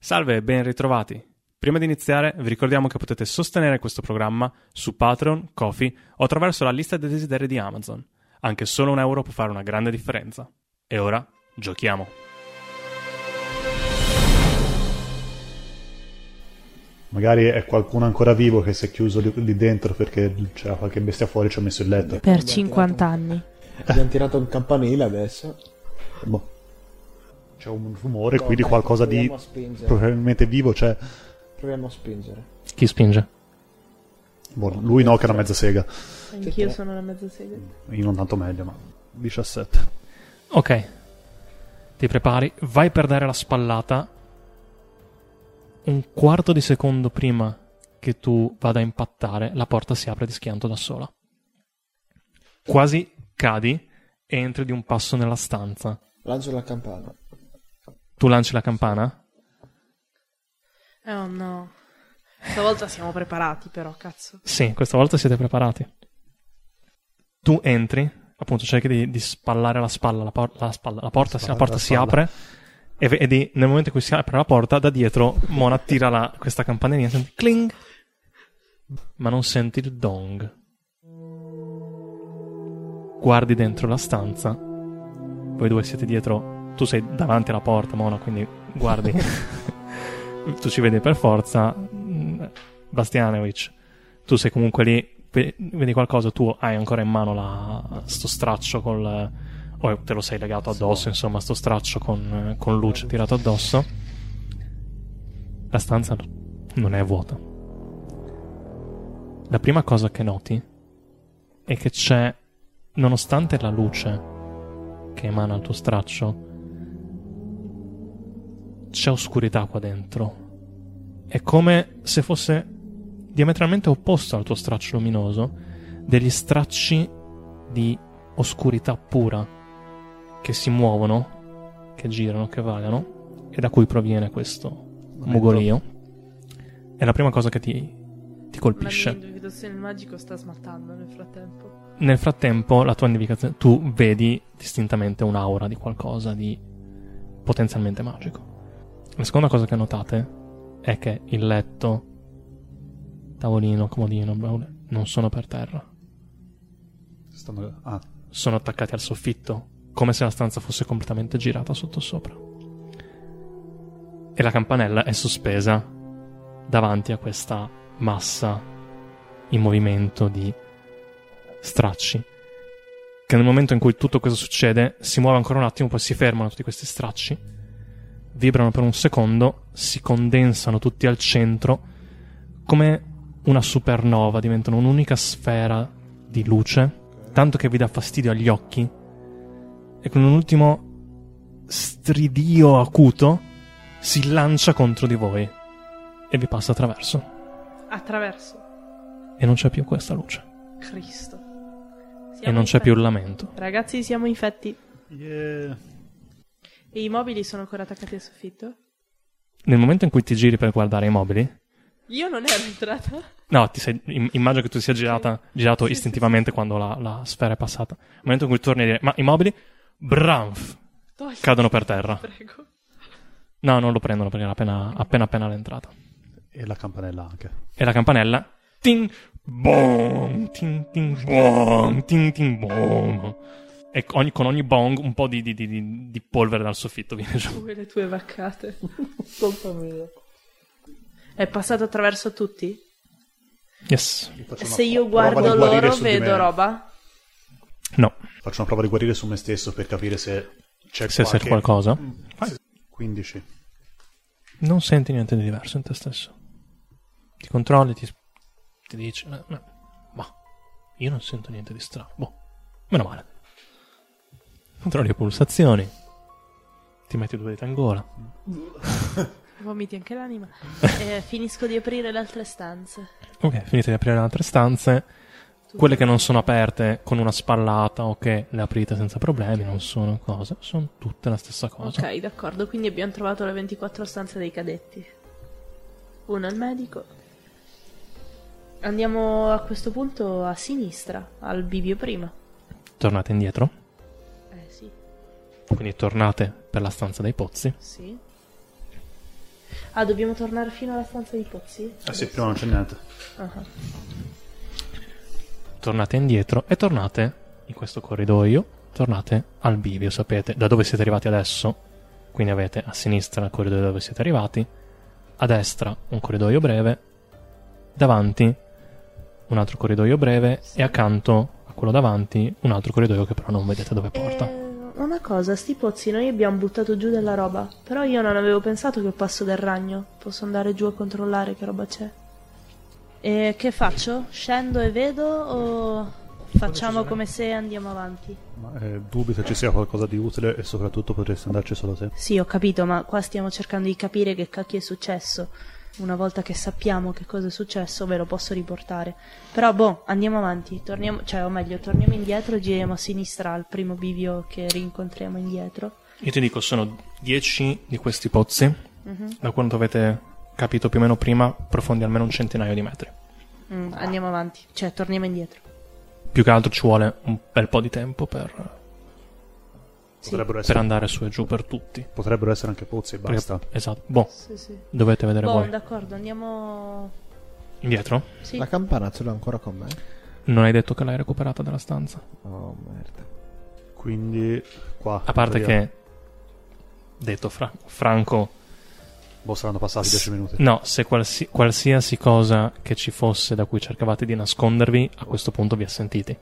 Salve e ben ritrovati. Prima di iniziare vi ricordiamo che potete sostenere questo programma su Patreon, Kofi o attraverso la lista dei desideri di Amazon. Anche solo un euro può fare una grande differenza. E ora giochiamo. Magari è qualcuno ancora vivo che si è chiuso lì, lì dentro perché c'era qualche bestia fuori e ci ha messo il letto. Per 50 anni. Abbiamo tirato un campanile adesso. Boh. C'è un rumore qui di Dai, qualcosa di proviamo a spingere. probabilmente vivo, cioè... Proviamo a spingere. Chi spinge? Boh, lui no che era mezza sega. Anch'io sono la mezza sedia. Io non tanto meglio, ma... 17. Ok. Ti prepari, vai per dare la spallata. Un quarto di secondo prima che tu vada a impattare, la porta si apre di schianto da sola. Quasi cadi e entri di un passo nella stanza. Lancio la campana. Tu lanci la campana? Oh no. Stavolta siamo preparati però, cazzo. Sì, questa volta siete preparati. Tu entri, appunto, cerchi di, di spallare la spalla, la, por- la spalla- la porta, si- la Spalla, porta la si spalla. apre e vedi nel momento in cui si apre la porta, da dietro Mona tira la- questa campanellina, senti cling, ma non senti il dong. Guardi dentro la stanza, voi due siete dietro, tu sei davanti alla porta, Mona, quindi guardi, tu ci vedi per forza, Bastianovic tu sei comunque lì, ve- vedi qualcosa, tu hai ancora in mano la, sto straccio col... o te lo sei legato addosso, insomma, sto straccio con, con luce tirato addosso. La stanza non è vuota. La prima cosa che noti è che c'è, nonostante la luce che emana il tuo straccio, c'è oscurità qua dentro. È come se fosse diametralmente opposto al tuo straccio luminoso, degli stracci di oscurità pura che si muovono, che girano, che vagano, e da cui proviene questo mugolio. È la prima cosa che ti, ti colpisce. La mia individuazione del magico sta smattando nel frattempo. Nel frattempo, la tua indicazione, tu vedi distintamente un'aura di qualcosa di potenzialmente magico. La seconda cosa che notate è che il letto, tavolino, comodino, baule, non sono per terra. Stanno... Ah, Sono attaccati al soffitto, come se la stanza fosse completamente girata sottosopra. E la campanella è sospesa davanti a questa massa in movimento di stracci. Che nel momento in cui tutto questo succede, si muove ancora un attimo, poi si fermano tutti questi stracci, vibrano per un secondo, si condensano tutti al centro, come una supernova, diventano un'unica sfera di luce, tanto che vi dà fastidio agli occhi, e con un ultimo stridio acuto si lancia contro di voi e vi passa attraverso. Attraverso. E non c'è più questa luce, Cristo. Siamo e non c'è infetti. più il lamento. Ragazzi, siamo infetti. yeah. E i mobili sono ancora attaccati al soffitto? Nel momento in cui ti giri per guardare i mobili, Io non ero entrata. No, ti sei- im- immagino che tu sia girata, girato Sì, sì, istintivamente quando la, la sfera è passata. Nel momento in cui torni a dire, ma i mobili, branf, Togli, cadono per terra. prego. No, non lo prendono perché era appena appena, appena all'entrata. E la campanella anche. E la campanella, ting, bong, ting, ting, bong, ting, ting, bong. E ogni- con ogni bong un po' di, di- di- di- di polvere dal soffitto viene giù. Tu e le tue vaccate. Colpa mia. È passato attraverso tutti? Yes. Io faccio E una se io prova guardo di guarire loro su di vedo me. roba? No, Faccio una prova di guarire su me stesso per capire se c'è se c'è qualche... Eh qualcosa. 15. Non senti niente di diverso in te stesso. Ti controlli, ti, ti dici, "Eh, eh, ma io non sento niente di strano. Boh, meno male. Controlli le pulsazioni, ti metti due dita in gola. Vomiti anche l'anima. Eh, finisco di aprire le altre stanze. Ok, finite di aprire le altre stanze. Quelle che non sono aperte con una spallata o che le aprite senza problemi, non sono cose, sono tutte la stessa cosa. Ok, d'accordo, quindi abbiamo trovato le 24 stanze dei cadetti. Una al medico. Andiamo a questo punto a sinistra, al bivio prima. Tornate indietro, Eh sì, quindi tornate per la stanza dei pozzi. sì. Ah, dobbiamo tornare fino alla stanza di Pozzi? Ah sì, prima non c'è niente. Ah, tornate indietro e tornate in questo corridoio, tornate al bivio, sapete da dove siete arrivati adesso, quindi avete a sinistra il corridoio dove siete arrivati, a destra un corridoio breve, davanti un altro corridoio breve e accanto a quello davanti un altro corridoio che però non vedete dove porta. Eh, una cosa, sti pozzi noi abbiamo buttato giù della roba, però io non avevo pensato che il passo del ragno. Posso andare giù a controllare che roba c'è. E che faccio? Scendo e vedo o facciamo come se andiamo avanti? Ma eh, dubito ci sia qualcosa di utile e soprattutto potresti andarci solo te. Sì, ho capito, ma qua stiamo cercando di capire che cacchio è successo. Una volta che sappiamo che cosa è successo, ve lo posso riportare. Però, boh, andiamo avanti. Torniamo, cioè, o meglio, torniamo indietro e giriamo a sinistra al primo bivio che rincontriamo indietro. Io ti dico, sono 10 di questi pozzi, da quanto avete capito più o meno prima, profondi almeno un centinaio di metri. Mm, andiamo avanti, cioè, torniamo indietro. Più che altro ci vuole un bel po' di tempo per, Sì. Potrebbero, per essere, andare su e giù per tutti. potrebbero essere anche pozzi e basta. Esatto. Boh, Sì, sì. dovete vedere Boh, voi. d'accordo, andiamo. Indietro? Sì. La campana ce l'ho ancora con me. Non hai detto che l'hai recuperata dalla stanza. Oh, merda. Quindi qua. A parte via. che... Detto fra- Franco... Boh, saranno passati 10 minuti. No, se qualsi- qualsiasi cosa che ci fosse da cui cercavate di nascondervi, a questo punto vi ha sentiti.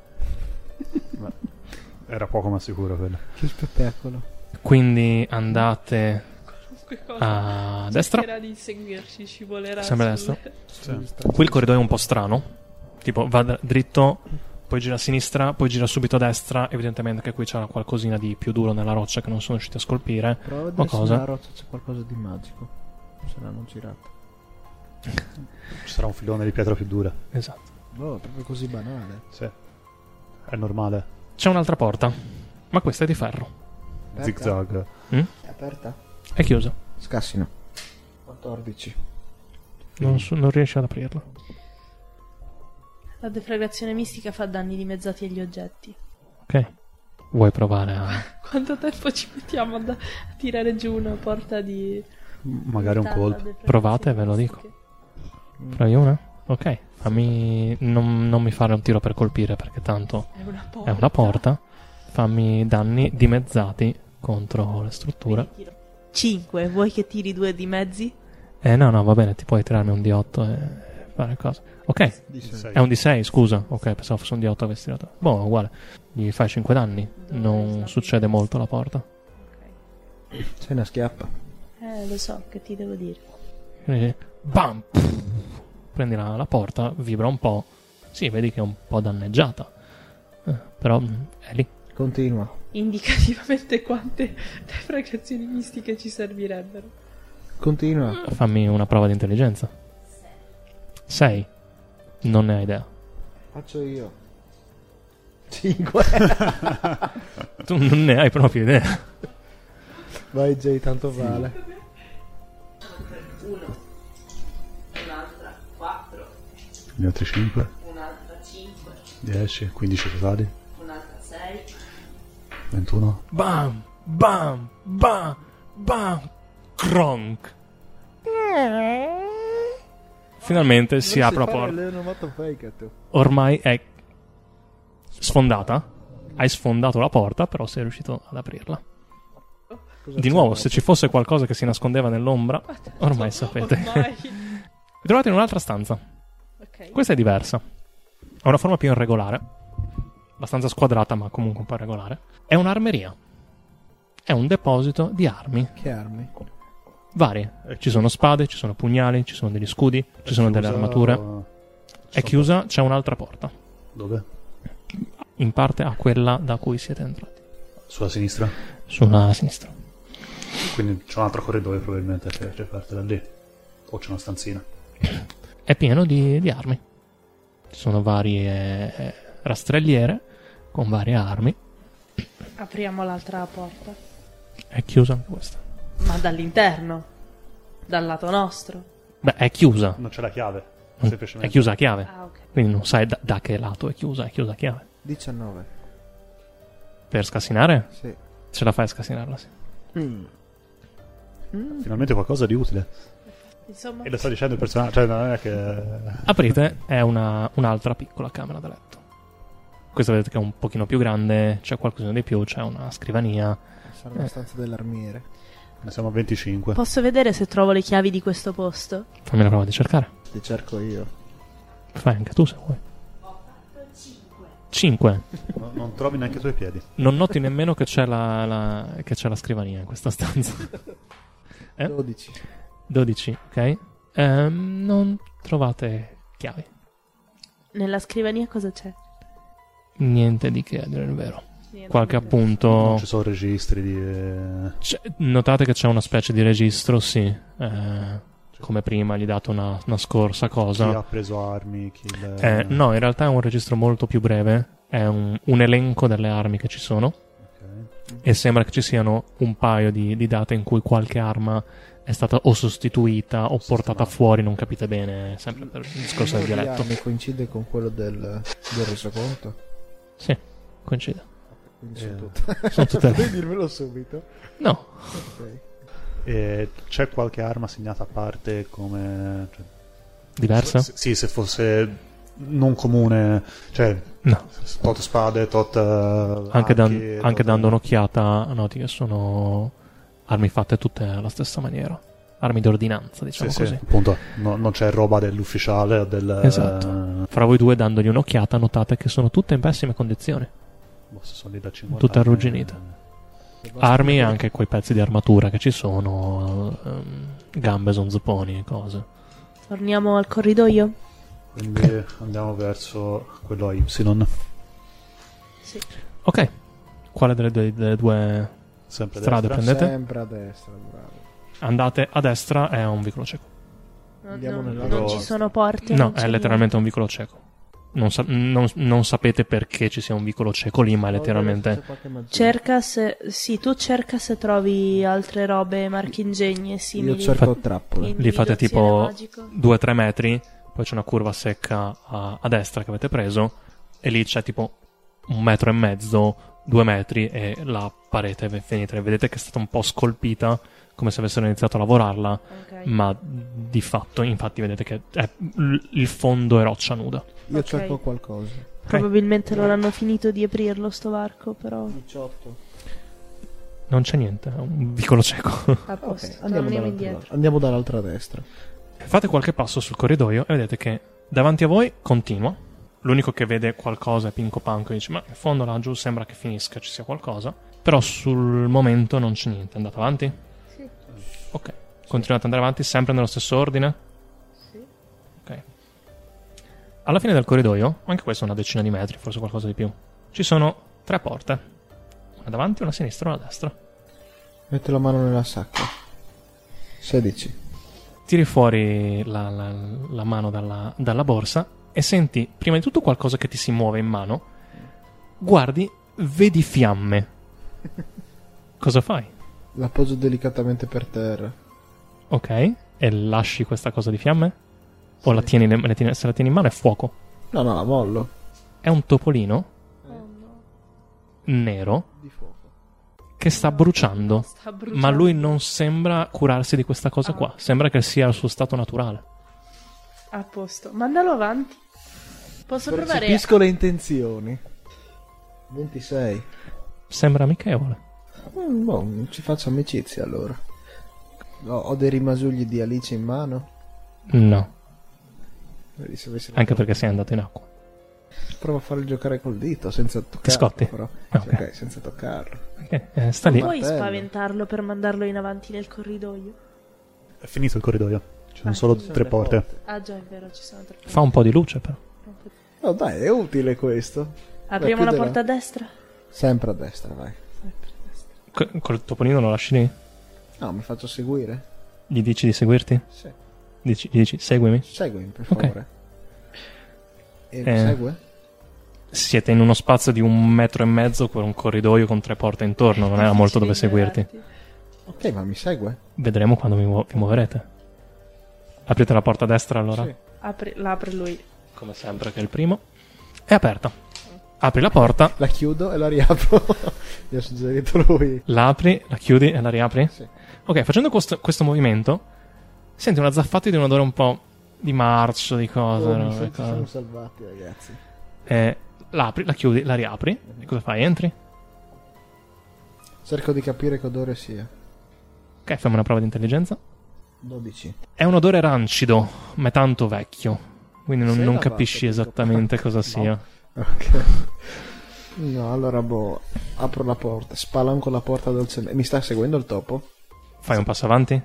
Era poco ma sicuro quello. Che spettacolo. Quindi andate a destra. di seguirci, ci volerà. Sempre a sulle- Sì. Qui il corridoio è un po' strano. Tipo, va dr- dritto, poi gira a sinistra, poi gira subito a destra. Evidentemente che qui c'era qualcosina di più duro nella roccia che non sono riusciti a scolpire. Prova a Ma vedere se cosa? nella roccia c'è qualcosa di magico. Se l'hanno girata. Ci sarà un filone di pietra più dura. Esatto. Boh, è proprio così banale. Sì. È normale. C'è un'altra porta, ma questa è di ferro. Aperta? Zig zag. È aperta? È chiusa. Scassina. 14. Non, so- non riesci ad aprirla. La deflagrazione mistica fa danni dimezzati agli oggetti. Ok. Vuoi provare a. Quanto tempo ci mettiamo ad- a tirare giù una porta di. Magari un tanta colpo. deflagrazione Provate, ve lo mistica? Provi una? Ok. Fammi. Non, non mi fare un tiro per colpire perché tanto È una porta. è una porta. Fammi danni dimezzati contro la struttura. 5, vuoi che tiri due di mezzi? Eh no, no, va bene, ti puoi tirarne un D8 e fare cose. Ok, Sei. è un D6, scusa. Ok, pensavo fosse un D8 avessi tirato. Boh, uguale. Gli fai 5 danni. Non succede molto alla porta. C'è una schiappa. Eh, lo so, che ti devo dire. Quindi, bam! Prendi la, la porta, vibra un po'. Sì, vedi che è un po' danneggiata. Eh, Però mm, è lì. Continua. Indicativamente quante deflagrazioni mistiche ci servirebbero. Continua. Fammi una prova di intelligenza. 6. Non ne hai idea. Faccio io. 5. Tu non ne hai proprio idea. Vai Jay, tanto vale. Gli altri 5. Un'altra 5. 10, 15 totali. Un'altra 6. 21. Bam! Bam! Bam! Bam! Cronk! Finalmente si apre la porta. Ormai è sfondata. Hai sfondato la porta, però sei riuscito ad aprirla. Di nuovo, se ci fosse qualcosa che si nascondeva nell'ombra, ormai sapete. Ormai. Vi trovate in un'altra stanza. ok. Questa è diversa. Ha una forma più irregolare. Abbastanza squadrata, ma comunque un po' irregolare. È un'armeria. È un deposito di armi Che armi? varie. Ci sono spade, ci sono pugnali, ci sono degli scudi, ci sono delle armature. È chiusa, c'è un'altra porta. Dove? In parte a quella da cui siete entrati. Sulla sinistra. Sulla sinistra. Quindi c'è un altro corridoio probabilmente che che parte da lì. O c'è una stanzina. È pieno di, di armi. Ci sono varie eh, rastrelliere con varie armi. Apriamo l'altra porta. È chiusa anche questa. Ma dall'interno. Dal lato nostro. Beh, è chiusa. Non c'è la chiave. Mm. È Semplicemente. chiusa a chiave. Ah, ok. Quindi non sai da, da che lato è chiusa, è chiusa a chiave. 19. Per scassinare? Sì. Ce la fai a scassinarla, sì. Finalmente qualcosa di utile. Insomma, E lo sta dicendo il personaggio, cioè non è che... Ah, Aprite, è una- un'altra piccola camera da letto. Questa vedete che è un pochino più grande, c'è qualcosina di più, c'è una scrivania. Sarà la stanza dell'armiere. Ne siamo a 25. Ah. posso vedere se trovo le chiavi di questo posto? Fammi la prova di cercare. Ti cerco io. Fai anche tu se vuoi. 5. No- non trovi neanche i tuoi piedi. Non noti nemmeno che c'è la, la- che c'è la scrivania in questa stanza. Eh? 12. 12, ok? Ehm, non trovate chiavi. Nella scrivania cosa c'è? Niente di che, a dire il vero. Niente. Qualche appunto. Non ci sono registri di... eh, C'è- notate che c'è una specie di registro, sì. Eh, come prima gli date una, una scorsa Chi cosa. ha preso armi, chi... le- Eh, no, in realtà è un registro molto più breve. È un, un elenco delle armi che ci sono. Ok. E sembra che ci siano un paio di, di date in cui qualche arma è stata o sostituita o portata fuori, non capite bene. Sempre per il discorso del Quello di dialetto. Armi coincide con quello del, del resoconto? Sì, coincide. Quindi Eh. sono tutte. Sono tutte Devi lì. dirmelo subito. No, Ok. E c'è qualche arma segnata a parte come... cioè, diversa? s- sì, se fosse non comune, cioè No. tot spade, tot... eh, Anche, dan- archi, anche tot- dando un'occhiata, noti che sono armi fatte tutte alla stessa maniera. Armi d'ordinanza, Sì, diciamo sì, così. appunto, no- non c'è roba dell'ufficiale o del... Esatto. eh, Fra voi due, dandogli un'occhiata, notate che sono tutte in pessime condizioni. boh, se sono lì da 50 Tutte anni, arrugginite. eh, Armi e anche quei pezzi di armatura che ci sono, ehm, gambe, zonzoponi e cose. Torniamo al corridoio? Quindi andiamo verso quello a Y, Sì. Ok, quale delle due, delle due sempre strade destra. prendete? Sempre a destra, bravo. Andate a destra, è un vicolo cieco. No, Andiamo no, nel lato non ci ovest. sono porte. no, non c'è è letteralmente un vicolo cieco. Non, sa- non- non sapete perché ci sia un vicolo cieco lì, ma è letteralmente... niente. Cerca se. Sì, tu cerca se trovi altre robe marchingegne simili. Io cerco trappole. Quindi Li fate lo tipo- siero magico. 2-3 metri, poi c'è una curva secca a, a destra che avete preso e lì c'è tipo un metro e mezzo, due metri e la parete è finita. Vedete che è stata un po' scolpita come se avessero iniziato a lavorarla, Ok. ma di fatto infatti vedete che è- l- il fondo è roccia nuda. Io Ok. cerco qualcosa. Probabilmente non hanno finito di aprirlo sto varco, però. 18. Non c'è niente, è un vicolo cieco. A Ok, posto. andiamo Torniamo dall'altra, indietro. andiamo dall'altra destra. Fate qualche passo sul corridoio e vedete che davanti a voi continua. L'unico che vede qualcosa è Pinco Panco e dice: Ma in fondo laggiù sembra che finisca, ci sia qualcosa. Però sul momento non c'è niente. Andate avanti? Sì. Ok. Continuate ad andare avanti sempre nello stesso ordine? Sì. Ok. Alla fine del corridoio, anche questo è una decina di metri, forse qualcosa di più. Ci sono tre porte: una davanti, una a sinistra e una a destra. Metto la mano nella sacca. 16. Tiri fuori la, la- la mano dalla, dalla borsa e senti prima di tutto qualcosa che ti si muove in mano. Guardi, vedi fiamme. Cosa fai? La poso delicatamente per terra. Ok, e lasci questa cosa di fiamme? O la tieni, le- le tieni- se la tieni in mano è fuoco. No, no, la mollo. È un topolino Oh, no. nero Di fuoco. che sta bruciando. Sta bruciando. Ma lui non sembra curarsi di questa cosa qua. Sembra che sia il suo stato naturale. A posto. Mandalo avanti. Posso provare. Percepisco le intenzioni. 26. Sembra amichevole. Mm, boh, ci faccio amicizia allora. Ho, ho dei rimasugli di Alice in mano. No, Vedi se avessi la- anche perché sei andato in acqua. Provo a farli giocare col dito senza toccarlo. scotti? Però. Ah, Sì, ok. ok, senza toccarlo. Eh, eh, sta lì. Puoi Martello. spaventarlo per mandarlo in avanti nel corridoio? È finito il corridoio, ci sono Ah, solo ci sono tre le porte. Ah, già, è vero, ci sono tre. Fa un po' di luce, però. No, dai, è utile questo. Apriamo la chiuderà. porta a destra? Sempre a destra, vai. Co- col topolino lo lasci lì? No, mi faccio seguire? Gli dici di seguirti? Sì. Dici, gli dici, seguimi? Seguimi, per Ok. favore. E mi Eh. segue? Siete in uno spazio di un metro e mezzo con un corridoio con tre porte intorno, Ah, non era molto dove seguirti. Ok, ma mi segue? Vedremo quando mi muo- vi muoverete. Aprite la porta a destra allora, Sì. Apri, l'apre lui. come sempre che è il primo. È aperta. Apri la porta, La chiudo e la riapro. Gli ha suggerito lui. la apri, la chiudi e la riapri? Sì. Ok, facendo questo, questo movimento Senti una zaffata di un odore un po' di marcio, di cosa. Oh, no? mi sa che ci Cosa- siamo salvati, ragazzi. Eh, l'apri, la chiudi, la riapri. E cosa fai? Entri? Cerco di capire che odore sia. Ok, fammi una prova di intelligenza. 12. È un odore rancido, ma è tanto vecchio. Quindi non, Sei non lavato, capisci dico. esattamente cosa sia. Ok. No, allora boh, apro la porta, spalanco la porta dolcemente. Mi sta seguendo il topo? Fai un passo avanti?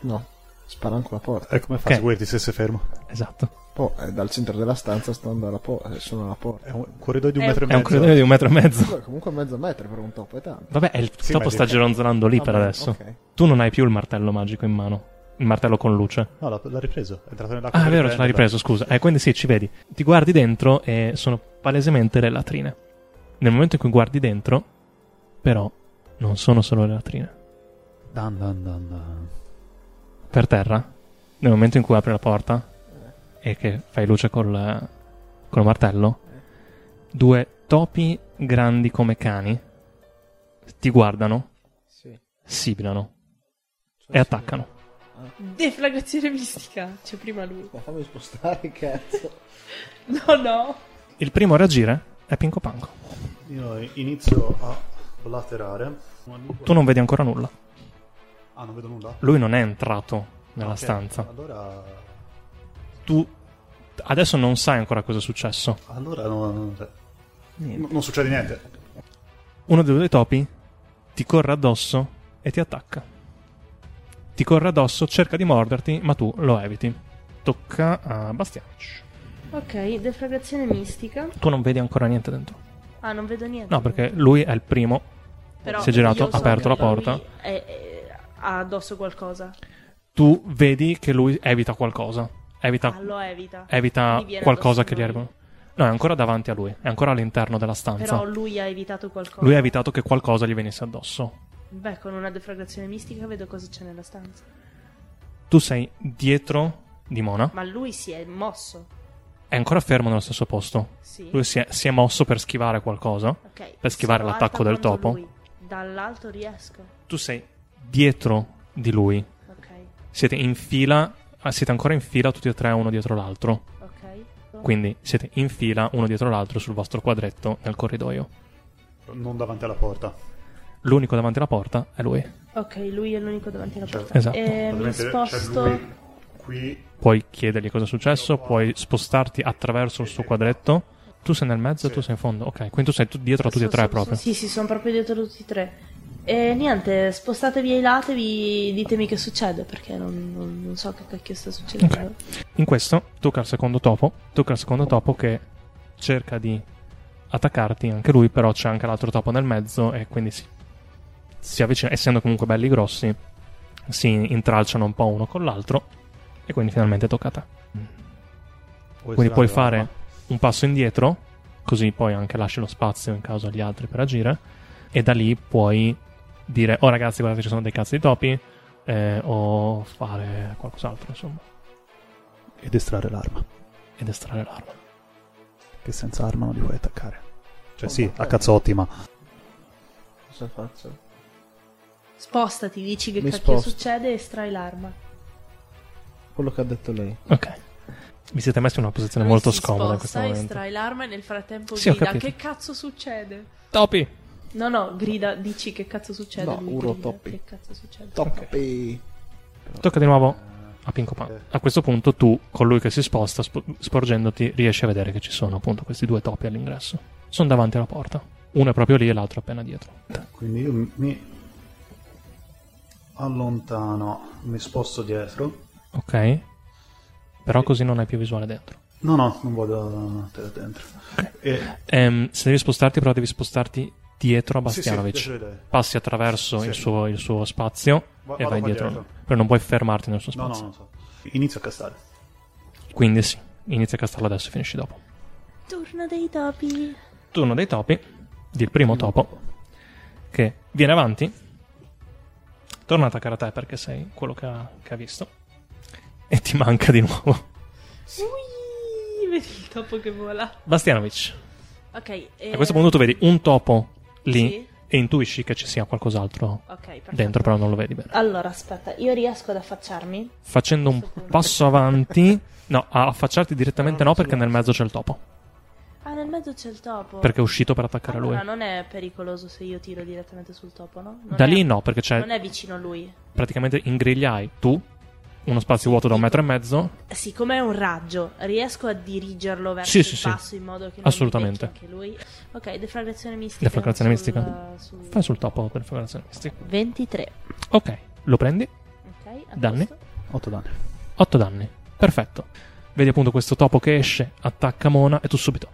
No, spalanco la porta. E come fa Ok. a seguirti se sei fermo? Esatto. Poi eh, dal centro della stanza sto andando alla porta, eh, sono alla porta. È un corridoio di un È- metro e È un mezzo. corridoio di un metro e mezzo. Allora, comunque mezzo metro per un topo è tanto. Vabbè, e il Sì, topo ma Ah, sta dico- gironzolando lì per Vabbè, adesso. ok. Tu non hai più il martello magico in mano. Il martello con luce. No, l'ha, l'ha ripreso. È entrato nell'acqua. Ah, è per vero, ce l'hai prenderla. ripreso, scusa. Eh, quindi sì, ci vedi. Ti guardi dentro e sono palesemente le latrine. Nel momento in cui guardi dentro, però, non sono solo le latrine. Dun, dun, dun, dun. Per terra, nel momento in cui apri la porta e che fai luce col, eh, col martello, due topi grandi come cani ti guardano, Sì. sibilano e attaccano. Deflagrazione mistica. C'è prima lui. Ma fammi spostare, cazzo. No, no. Il primo a reagire è Pinco Panco. Io inizio a laterare. Tu non vedi ancora nulla. Ah, non vedo nulla? Lui non è entrato nella Ok, stanza. Allora... tu adesso non sai ancora cosa è successo. Allora non... cioè, non- non succede niente. Uno dei due topi ti corre addosso e ti attacca. Ti corre addosso, cerca di morderti, ma tu lo eviti. Tocca a Bastiano. Ok, deflagrazione mistica. Tu non vedi ancora niente dentro. Ah, non vedo niente. No, perché lui è il primo. Però si è girato, io ha so aperto che la porta. lui è- è- ha addosso qualcosa. Tu vedi che lui evita qualcosa. Evita, Ah, lo evita. evita Gli viene qualcosa addosso che gli lui. arriva. No, è ancora davanti a lui. È ancora all'interno della stanza. Però lui ha evitato qualcosa. Lui ha evitato che qualcosa gli venisse addosso. Beh, con una deflagrazione mistica vedo cosa c'è nella stanza. Tu sei dietro di Mona. Ma lui si è mosso. È ancora fermo nello stesso posto. Sì. Lui si è, si è mosso per schivare qualcosa. Ok, per schivare sono l'attacco alta del quanto topo. lui. Dall'alto riesco. Tu sei dietro di lui. Ok, Siete in fila. ah, Siete ancora in fila tutti e tre uno dietro l'altro. ok. Quindi siete in fila uno dietro l'altro sul vostro quadretto nel corridoio. Non davanti alla porta. L'unico davanti alla porta è lui. Ok, lui è l'unico davanti alla Cioè, porta. esatto. E mi Praticamente sposto. C'è lui qui. Puoi chiedergli cosa è successo, puoi spostarti attraverso il suo quadretto. Tu sei nel mezzo e tu sei in fondo. Ok, quindi tu sei tu- dietro a tutti e tre Sono- proprio. Sì, sì, sono proprio dietro tutti e tre. E niente, spostatevi ai lati, vi ditemi che succede, perché non, non- non so che cacchio sta succedendo. In questo tocca al secondo topo, tocca al secondo topo che cerca di attaccarti anche lui, però c'è anche l'altro topo nel mezzo e quindi si, si avvicina, essendo comunque belli grossi, si intralciano un po' uno con l'altro e quindi finalmente tocca a te. Quindi puoi fare un passo indietro, così poi anche lasci lo spazio in caso agli altri per agire, e da lì puoi dire, oh ragazzi guardate ci sono dei cazzo di topi, eh, o fare qualcos'altro insomma, Ed estrarre l'arma. ed estrarre l'arma. Che senza arma non li puoi attaccare. Cioè sì, a cazzotti, ma... Cosa faccio? Spostati, dici che Mi cacchio sposto. succede e estrai l'arma. Quello che ha detto lei. Ok. Vi siete messi in una posizione Lui molto si scomoda in questo sposta, momento. estrai l'arma e nel frattempo Sì, ho grida: capito. Che cazzo succede? Topi! No, no, grida, dici che cazzo succede. No, lui urlo grida, toppi. Che cazzo succede? Toppi. Tocca di nuovo a Pinco Pan. Ok. A questo punto tu, con lui che si sposta, spo- sporgendoti, riesci a vedere che ci sono appunto questi due topi all'ingresso. Sono davanti alla porta. Uno è proprio lì e l'altro appena dietro. Quindi io mi allontano, mi sposto dietro. Ok? Però così non hai più visuale dentro. No, no, non vado te- dentro. E... Ehm, se devi spostarti, però devi spostarti dietro a Sì, sì, Bastianovic. lascio vedere. Passi attraverso Sì. il, suo, il suo spazio Va- e vado vai qua dietro. dietro. Però non puoi fermarti nel suo No, no, spazio. non so. Inizio a castare. Quindi sì, inizia a castarlo adesso e finisci dopo. Turno dei topi. turno dei topi, il primo topo, che viene avanti, torna a attaccare a te perché sei quello che ha, che ha visto, e ti manca di nuovo. Ui, vedi il topo che vola. Bastianovic, Ok, a questo punto tu vedi un topo lì Sì. e e intuisci che ci sia qualcos'altro eh, Ok, perfetto. dentro, però non lo vedi bene. Allora, aspetta, io riesco ad affacciarmi? Facendo un passo avanti, no, a affacciarti direttamente no, perché nel mezzo c'è il topo. Ah, nel mezzo c'è il topo. Perché è uscito per attaccare lui. Allora, non è pericoloso se io tiro direttamente sul topo, no? Non Da è- lì no, eh. perché Non c'è è vicino a lui. praticamente in griglia hai tu, uno spazio vuoto da un metro e mezzo, Siccome è un raggio, riesco a dirigerlo verso Sì, il sì, sì. basso in modo che non Assolutamente. mi becchi anche lui. Ok, deflagrazione mistica. Deflagrazione sul- eh, mistica. sul- fai sul topo per fragrazionisti. 23. Ok, lo prendi, Ok, a Danni? posto. 8 danni. 8 danni, perfetto. Vedi appunto questo topo che esce, attacca Mona e tu subito...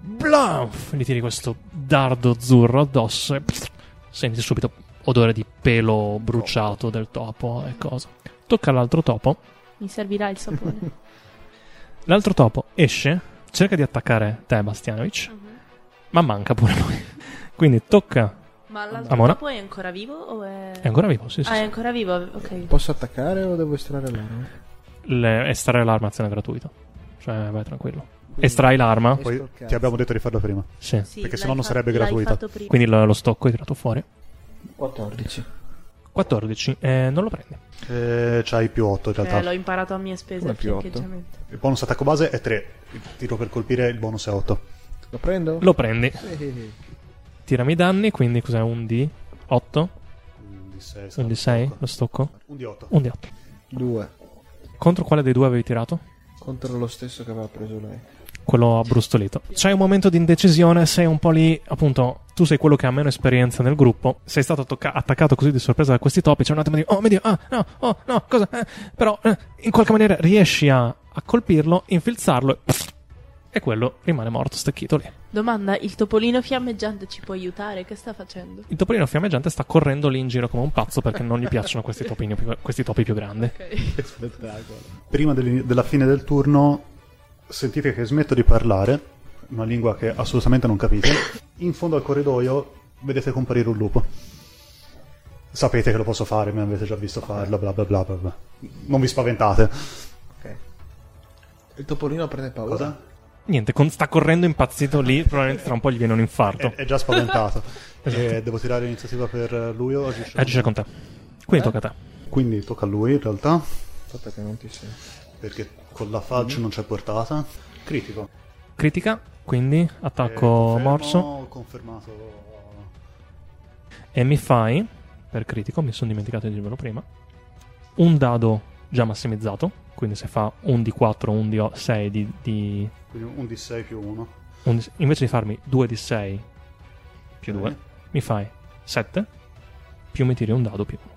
Blanf! Gli tiri questo dardo azzurro addosso e pff, senti subito odore di pelo bruciato del topo e cosa. Tocca all'altro topo Mi servirà il sapone. L'altro topo esce, cerca di attaccare te, Bastianovic, Mhm. ma manca pure lui. Quindi tocca. Ma l'altro Amora? topo è ancora vivo o è... È ancora vivo, sì, sì. Ah, è ancora vivo, ok. Posso attaccare o devo estrarre l'arma? Le- estrarre l'arma azione gratuita. Cioè, vai tranquillo. Estrai l'arma, Questo Poi è il cazzo. ti abbiamo detto di farlo prima. sì. Sì, Perché l'hai sennò non fa- sarebbe l'hai gratuita. fatto prima. Quindi lo, lo stocco è tirato fuori. 14. 14, eh, non lo prendi. Eh, c'hai più 8 in Eh, realtà. l'ho imparato a mie spese Come il più otto? fiancheggiamento. Il bonus attacco base è 3. Il tiro per colpire il bonus è 8. Lo prendo? Eh, Lo prendi. Sì. Tirami i danni, quindi cos'è? Un D8? Un di 6. Un D6? Lo stocco? Un di 8. Un D8. 2. Contro quale dei due avevi tirato? Contro lo stesso che aveva preso lei. quello abbrustolito. C'è un momento di indecisione, sei un po' lì, appunto, tu sei quello che ha meno esperienza nel gruppo, sei stato tocca- attaccato così di sorpresa da questi topi, c'è un attimo di oh mio dio, ah no, oh no, cosa? eh", però eh, in qualche maniera riesci a, a colpirlo, infilzarlo e, e quello rimane morto, stecchito lì. Domanda, il topolino fiammeggiante ci può aiutare? Che sta facendo? Il topolino fiammeggiante sta correndo lì in giro come un pazzo perché non gli piacciono questi, topini più- questi topi più grandi. Ok. Prima dell'in- della fine del turno sentite che smetto di parlare, una lingua che assolutamente non capite. In fondo al corridoio vedete comparire un lupo. Sapete che lo posso fare, mi avete già visto farlo, bla bla bla bla. bla. Non vi spaventate. Ok. Il topolino prende paura. Cosa? Niente, con- sta correndo impazzito lì, probabilmente tra un po' gli viene un È, infarto. è già spaventato. E devo tirare l'iniziativa per lui oggi. Eh, Agisce con te. Quindi tocca a te. Quindi tocca a lui in realtà, Aspetta che non ti sento. perché con la falce non c'è portata. Critico. Critica, quindi Eh, attacco confermo, morso. Confermato E mi fai, per critico, mi sono dimenticato di dirvelo prima, un dado già massimizzato, quindi se fa un di 4, un di 6 di... di- Quindi un D6 più 1. un di- invece di farmi 2 di 6 più 2, mi fai 7, più mi tiri un dado più 1.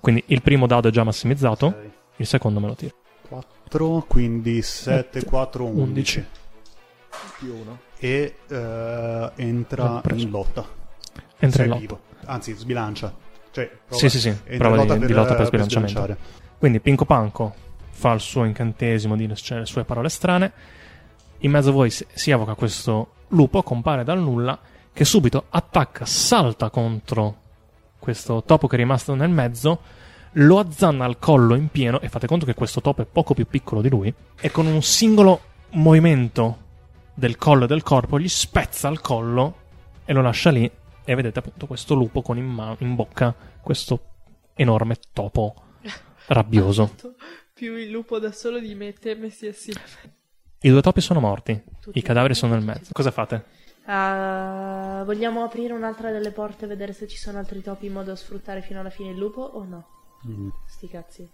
Quindi il primo dado è già massimizzato, il secondo me lo tiro. 4, quindi 7, Sette, 4, 11. Più uno. E eh, entra L'ho preso. in lotta. Entra Sei in lotta. vivo. Anzi, sbilancia. Cioè, prova, Sì, sì, sì, entra in prova di, di lotta per per sbilanciamento. sbilanciare. Quindi Pinco Panco fa il suo incantesimo di cioè, le sue parole strane. In mezzo a voi si, si evoca questo lupo, compare dal nulla, che subito attacca, salta contro questo topo che è rimasto nel mezzo, lo azzanna al collo in pieno, e fate conto che questo topo è poco più piccolo di lui, e con un singolo movimento del collo e del corpo gli spezza il collo e lo lascia lì, e vedete appunto questo lupo con in, ma- in bocca questo enorme topo rabbioso. Più il lupo da solo di me e te messi assieme. I due topi sono morti, Tutti i cadaveri morti. sono nel mezzo. Cosa fate? Ah, vogliamo aprire un'altra delle porte e vedere se ci sono altri topi in modo da sfruttare fino alla fine il lupo o no? Mm. Sti cazzi.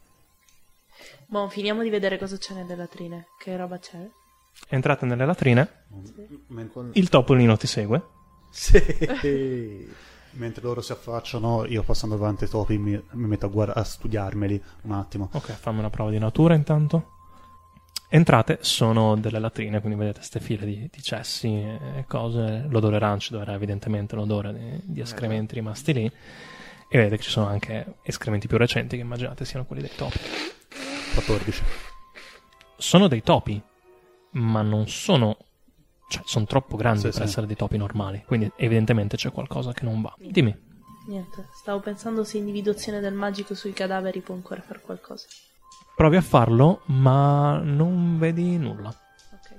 Boh, finiamo di vedere cosa c'è nelle latrine. Che roba c'è? Entrate nelle latrine, Men- il topolino ti segue. Sì. mentre loro si affacciano, io passando davanti ai topi mi, mi metto a, guarda- a studiarmeli un attimo. Ok, fammi una prova di natura intanto. Entrate, sono delle latrine, quindi vedete queste file di, di cessi e cose. L'odore rancio era evidentemente l'odore di, di escrementi rimasti lì. E vedete che ci sono anche escrementi più recenti che immaginate siano quelli dei topi. 14. Sono dei topi, ma non sono... Cioè, sono troppo grandi Sì, per sì. essere dei topi normali, quindi evidentemente c'è qualcosa che non va. Dimmi. Niente, stavo pensando se individuazione del magico sui cadaveri può ancora far qualcosa. Provi a farlo, ma non vedi nulla. Ok.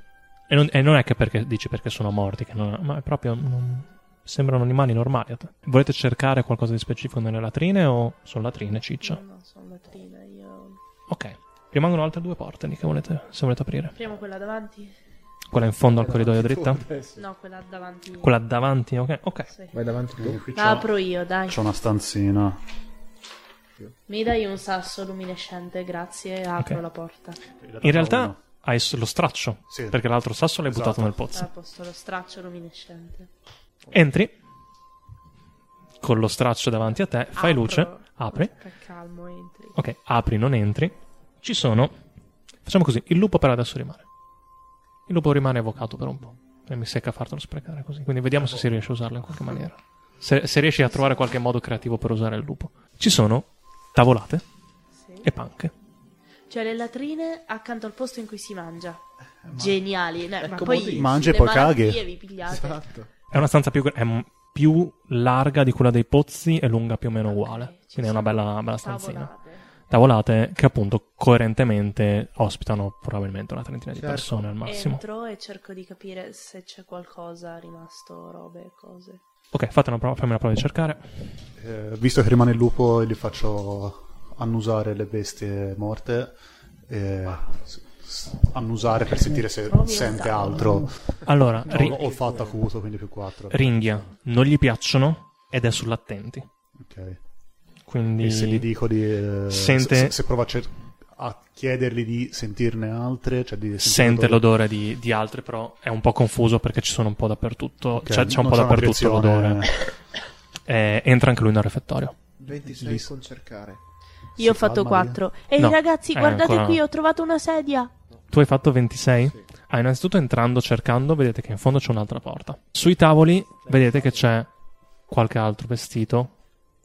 E non, e non è che perché dici perché sono morti, che non, ma è proprio. non- Sembrano animali normali a te. Volete cercare qualcosa di specifico nelle latrine o sono latrine, ciccia? No, no, sono latrine. Io... Ok. Rimangono altre due porte lì che volete, se volete aprire. Apriamo quella davanti? Quella in fondo al corridoio dritta? No, quella davanti. Quella davanti, ok. Ok. Sì. Vai davanti tu. Qui La c'ho, apro io, dai. c'ho una stanzina. Mi dai un sasso luminescente, grazie. Apro Ok. la porta. In realtà hai s- lo straccio, Sì. perché l'altro sasso l'hai Esatto. buttato nel pozzo. A posto lo straccio luminescente. Entri con lo straccio davanti a te, fai Apro. luce, apri. Aspetta, calmo, entri. Ok, apri, non entri. Ci sono. Facciamo così: il lupo per adesso rimane. Il lupo rimane evocato per un po'. E mi secca fartelo sprecare così. Quindi vediamo se si riesce a usarlo in qualche maniera. Se, se riesci a trovare qualche modo creativo per usare il lupo. Ci sono tavolate Sì. e panche. Cioè le latrine accanto al posto in cui si mangia. Eh, Geniali. No, ma Ecco poi motivo. Mangi e le poi malattie caghi. vi pigliate. Esatto. È una stanza più, gr- è m- più larga di quella dei pozzi e lunga più o meno uguale. Eh, Ci Quindi è una sono bella, bella stanzina. tavolate. Tavolate che appunto coerentemente ospitano probabilmente una trentina di Certo. persone al massimo. Entro e cerco di capire se c'è qualcosa rimasto, robe, cose. Ok, fate una prova, fammi una prova di cercare. Eh, visto che rimane il lupo, gli faccio annusare le bestie morte. eh, s- s- annusare per sentire se Provi a sente usarlo. altro. Allora, ri- Ho, ho fatto acuto, quindi più 4. ringhia, non gli piacciono ed è sull'attenti. Ok. Quindi E se gli dico di... eh, Sente- Se, se prova a, cer- a chiedergli di sentirne altre, cioè di sente sentirne l'odore di, di altre, però è un po' confuso perché ci sono un po' dappertutto. cioè Ok, c'è, c'è un non po' una dappertutto direzione. l'odore. Eh, entra anche lui nel refettorio. 26 Lì- con cercare. Io ho fatto calma, 4. Ehi No, ragazzi, eh, guardate ancora no. qui, ho trovato una sedia. Tu hai fatto 26? Sì. Ah, innanzitutto entrando, cercando, vedete che in fondo c'è un'altra porta. Sui tavoli vedete che c'è qualche altro vestito,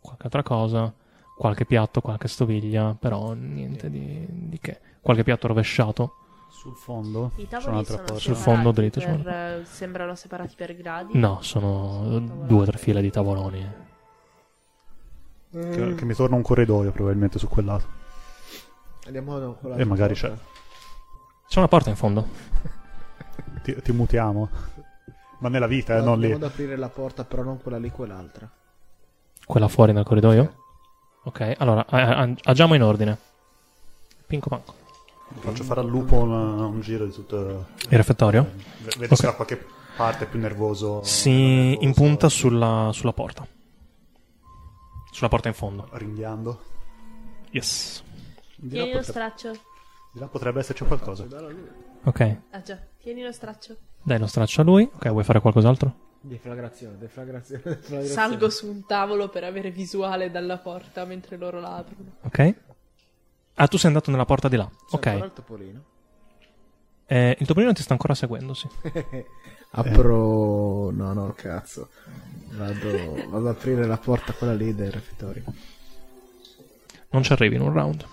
qualche altra cosa, qualche piatto, qualche stoviglia, però niente di, di che. Qualche piatto rovesciato. Sul fondo? I C'è tavoli un'altra sono porta. Sul separati fondo dritto, per, sono. eh, sembrano separati per gradi. No, sono due o tre file di tavoloni. Mm, Che, che mi torna un corridoio probabilmente su quel lato. Andiamo con la E Eh, magari c'è. C'è una porta in fondo. Ti, ti mutiamo. Ma nella vita, eh, No, non andiamo lì. ad aprire la porta, però non quella lì, quell'altra. Quella fuori dal corridoio? Ok, allora, a- a- agiamo in ordine. Pinco panco. Faccio fare al lupo un, un giro di tutto. Il refettorio? V- Vedo se da qualche parte è più nervoso. Si nervoso, impunta sulla, sulla porta. Sulla porta in fondo. Ringhiando. Yes. Di là, Tieni lo potre- straccio. di là potrebbe esserci qualcosa. Ok, Ah già, tieni lo straccio. dai lo straccio a lui. Ok, vuoi fare qualcos'altro? Deflagrazione, deflagrazione, deflagrazione. Salgo su un tavolo per avere visuale dalla porta mentre loro la aprono. Ok. Ah, tu sei andato nella porta di là. C'è ancora Ok. il topolino. Eh, il topolino ti sta ancora seguendo, sì. Apro... No, no, cazzo. Vado, vado ad aprire la porta quella lì del refettorio. Non ci arrivi in un round.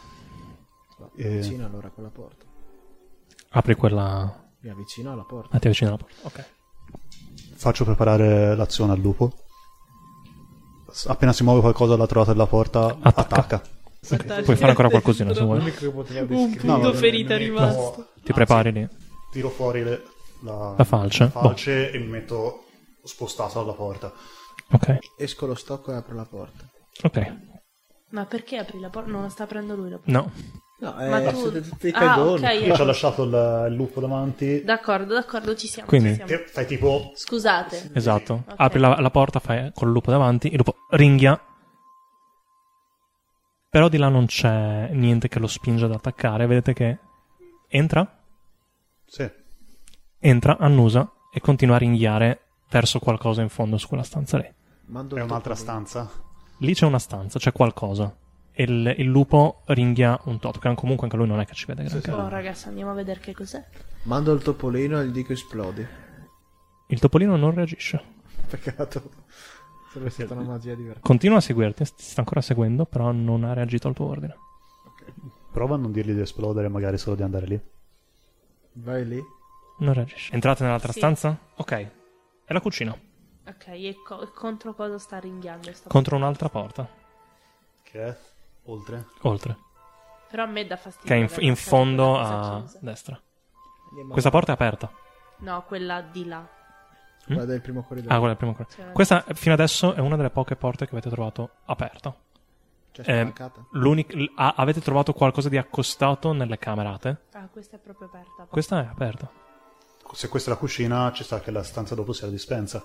Eh. Mi avvicino allora a quella porta. Apri quella... Mi avvicino alla porta. Ah, ti avvicini alla porta. Ok. Faccio preparare l'azione al lupo. S- Appena si muove qualcosa alla trovata della porta, Attacca. attacca. Puoi fare ancora qualcosina se vuoi. Un punto no, ferita rimasto. Ti prepari lì. Tiro fuori le- la, La falce? falce e mi metto spostato alla porta. Ok. Esco lo stocco e apro la porta. Ok. Ma perché apri la porta? No, la sta aprendo lui la porta. No. No, Ma eh, tu- siete tutti Ah, cagoni. ok. Io ci ho lasciato il, il lupo davanti. D'accordo, d'accordo, ci siamo. Mm. Quindi- ci siamo. Che fai tipo Scusate. Esatto. Ok. Apri la, la porta, fai col lupo davanti, il lupo ringhia. Però di là non c'è niente che lo spinge ad attaccare. Vedete che entra, Sì. entra, annusa e continua a ringhiare verso qualcosa in fondo su quella stanza lì. Mando È il un'altra topolino. stanza. Lì c'è una stanza, c'è qualcosa. E Il, il lupo ringhia un tot, che comunque anche lui non è che ci vede granché. Oh ragazzi, andiamo a vedere che cos'è. Mando il topolino e gli dico esplodi. Il topolino non reagisce. Peccato. Sarebbe stata una magia divertente. Continua a seguirti, ti sta ancora seguendo, però non ha reagito al tuo ordine. Prova a non dirgli di esplodere, magari solo di andare lì. Vai lì. Non reagisce. Entrate nell'altra Sì. stanza? Ok. È la cucina. Ok, e co- contro cosa sta ringhiando? sta- Contro un'altra porta. Che è? Oltre? Oltre. Però a me dà fastidio. Che è in, ragazzi, in sapete fondo cosa a chiusa. destra. Andiamo Ah, Questa porta è aperta. No, quella di là. Quella del primo corridoio. Ah, quello è il primo ancora. Cioè, Questa fino adesso è una delle poche porte che avete trovato aperta. Cioè, eh, spalancata. L'unic- l- a- avete trovato qualcosa di accostato nelle camerate? ah, questa è proprio aperta. Questa è aperta. Se questa è la cucina, ci sta che la stanza dopo sia la dispensa.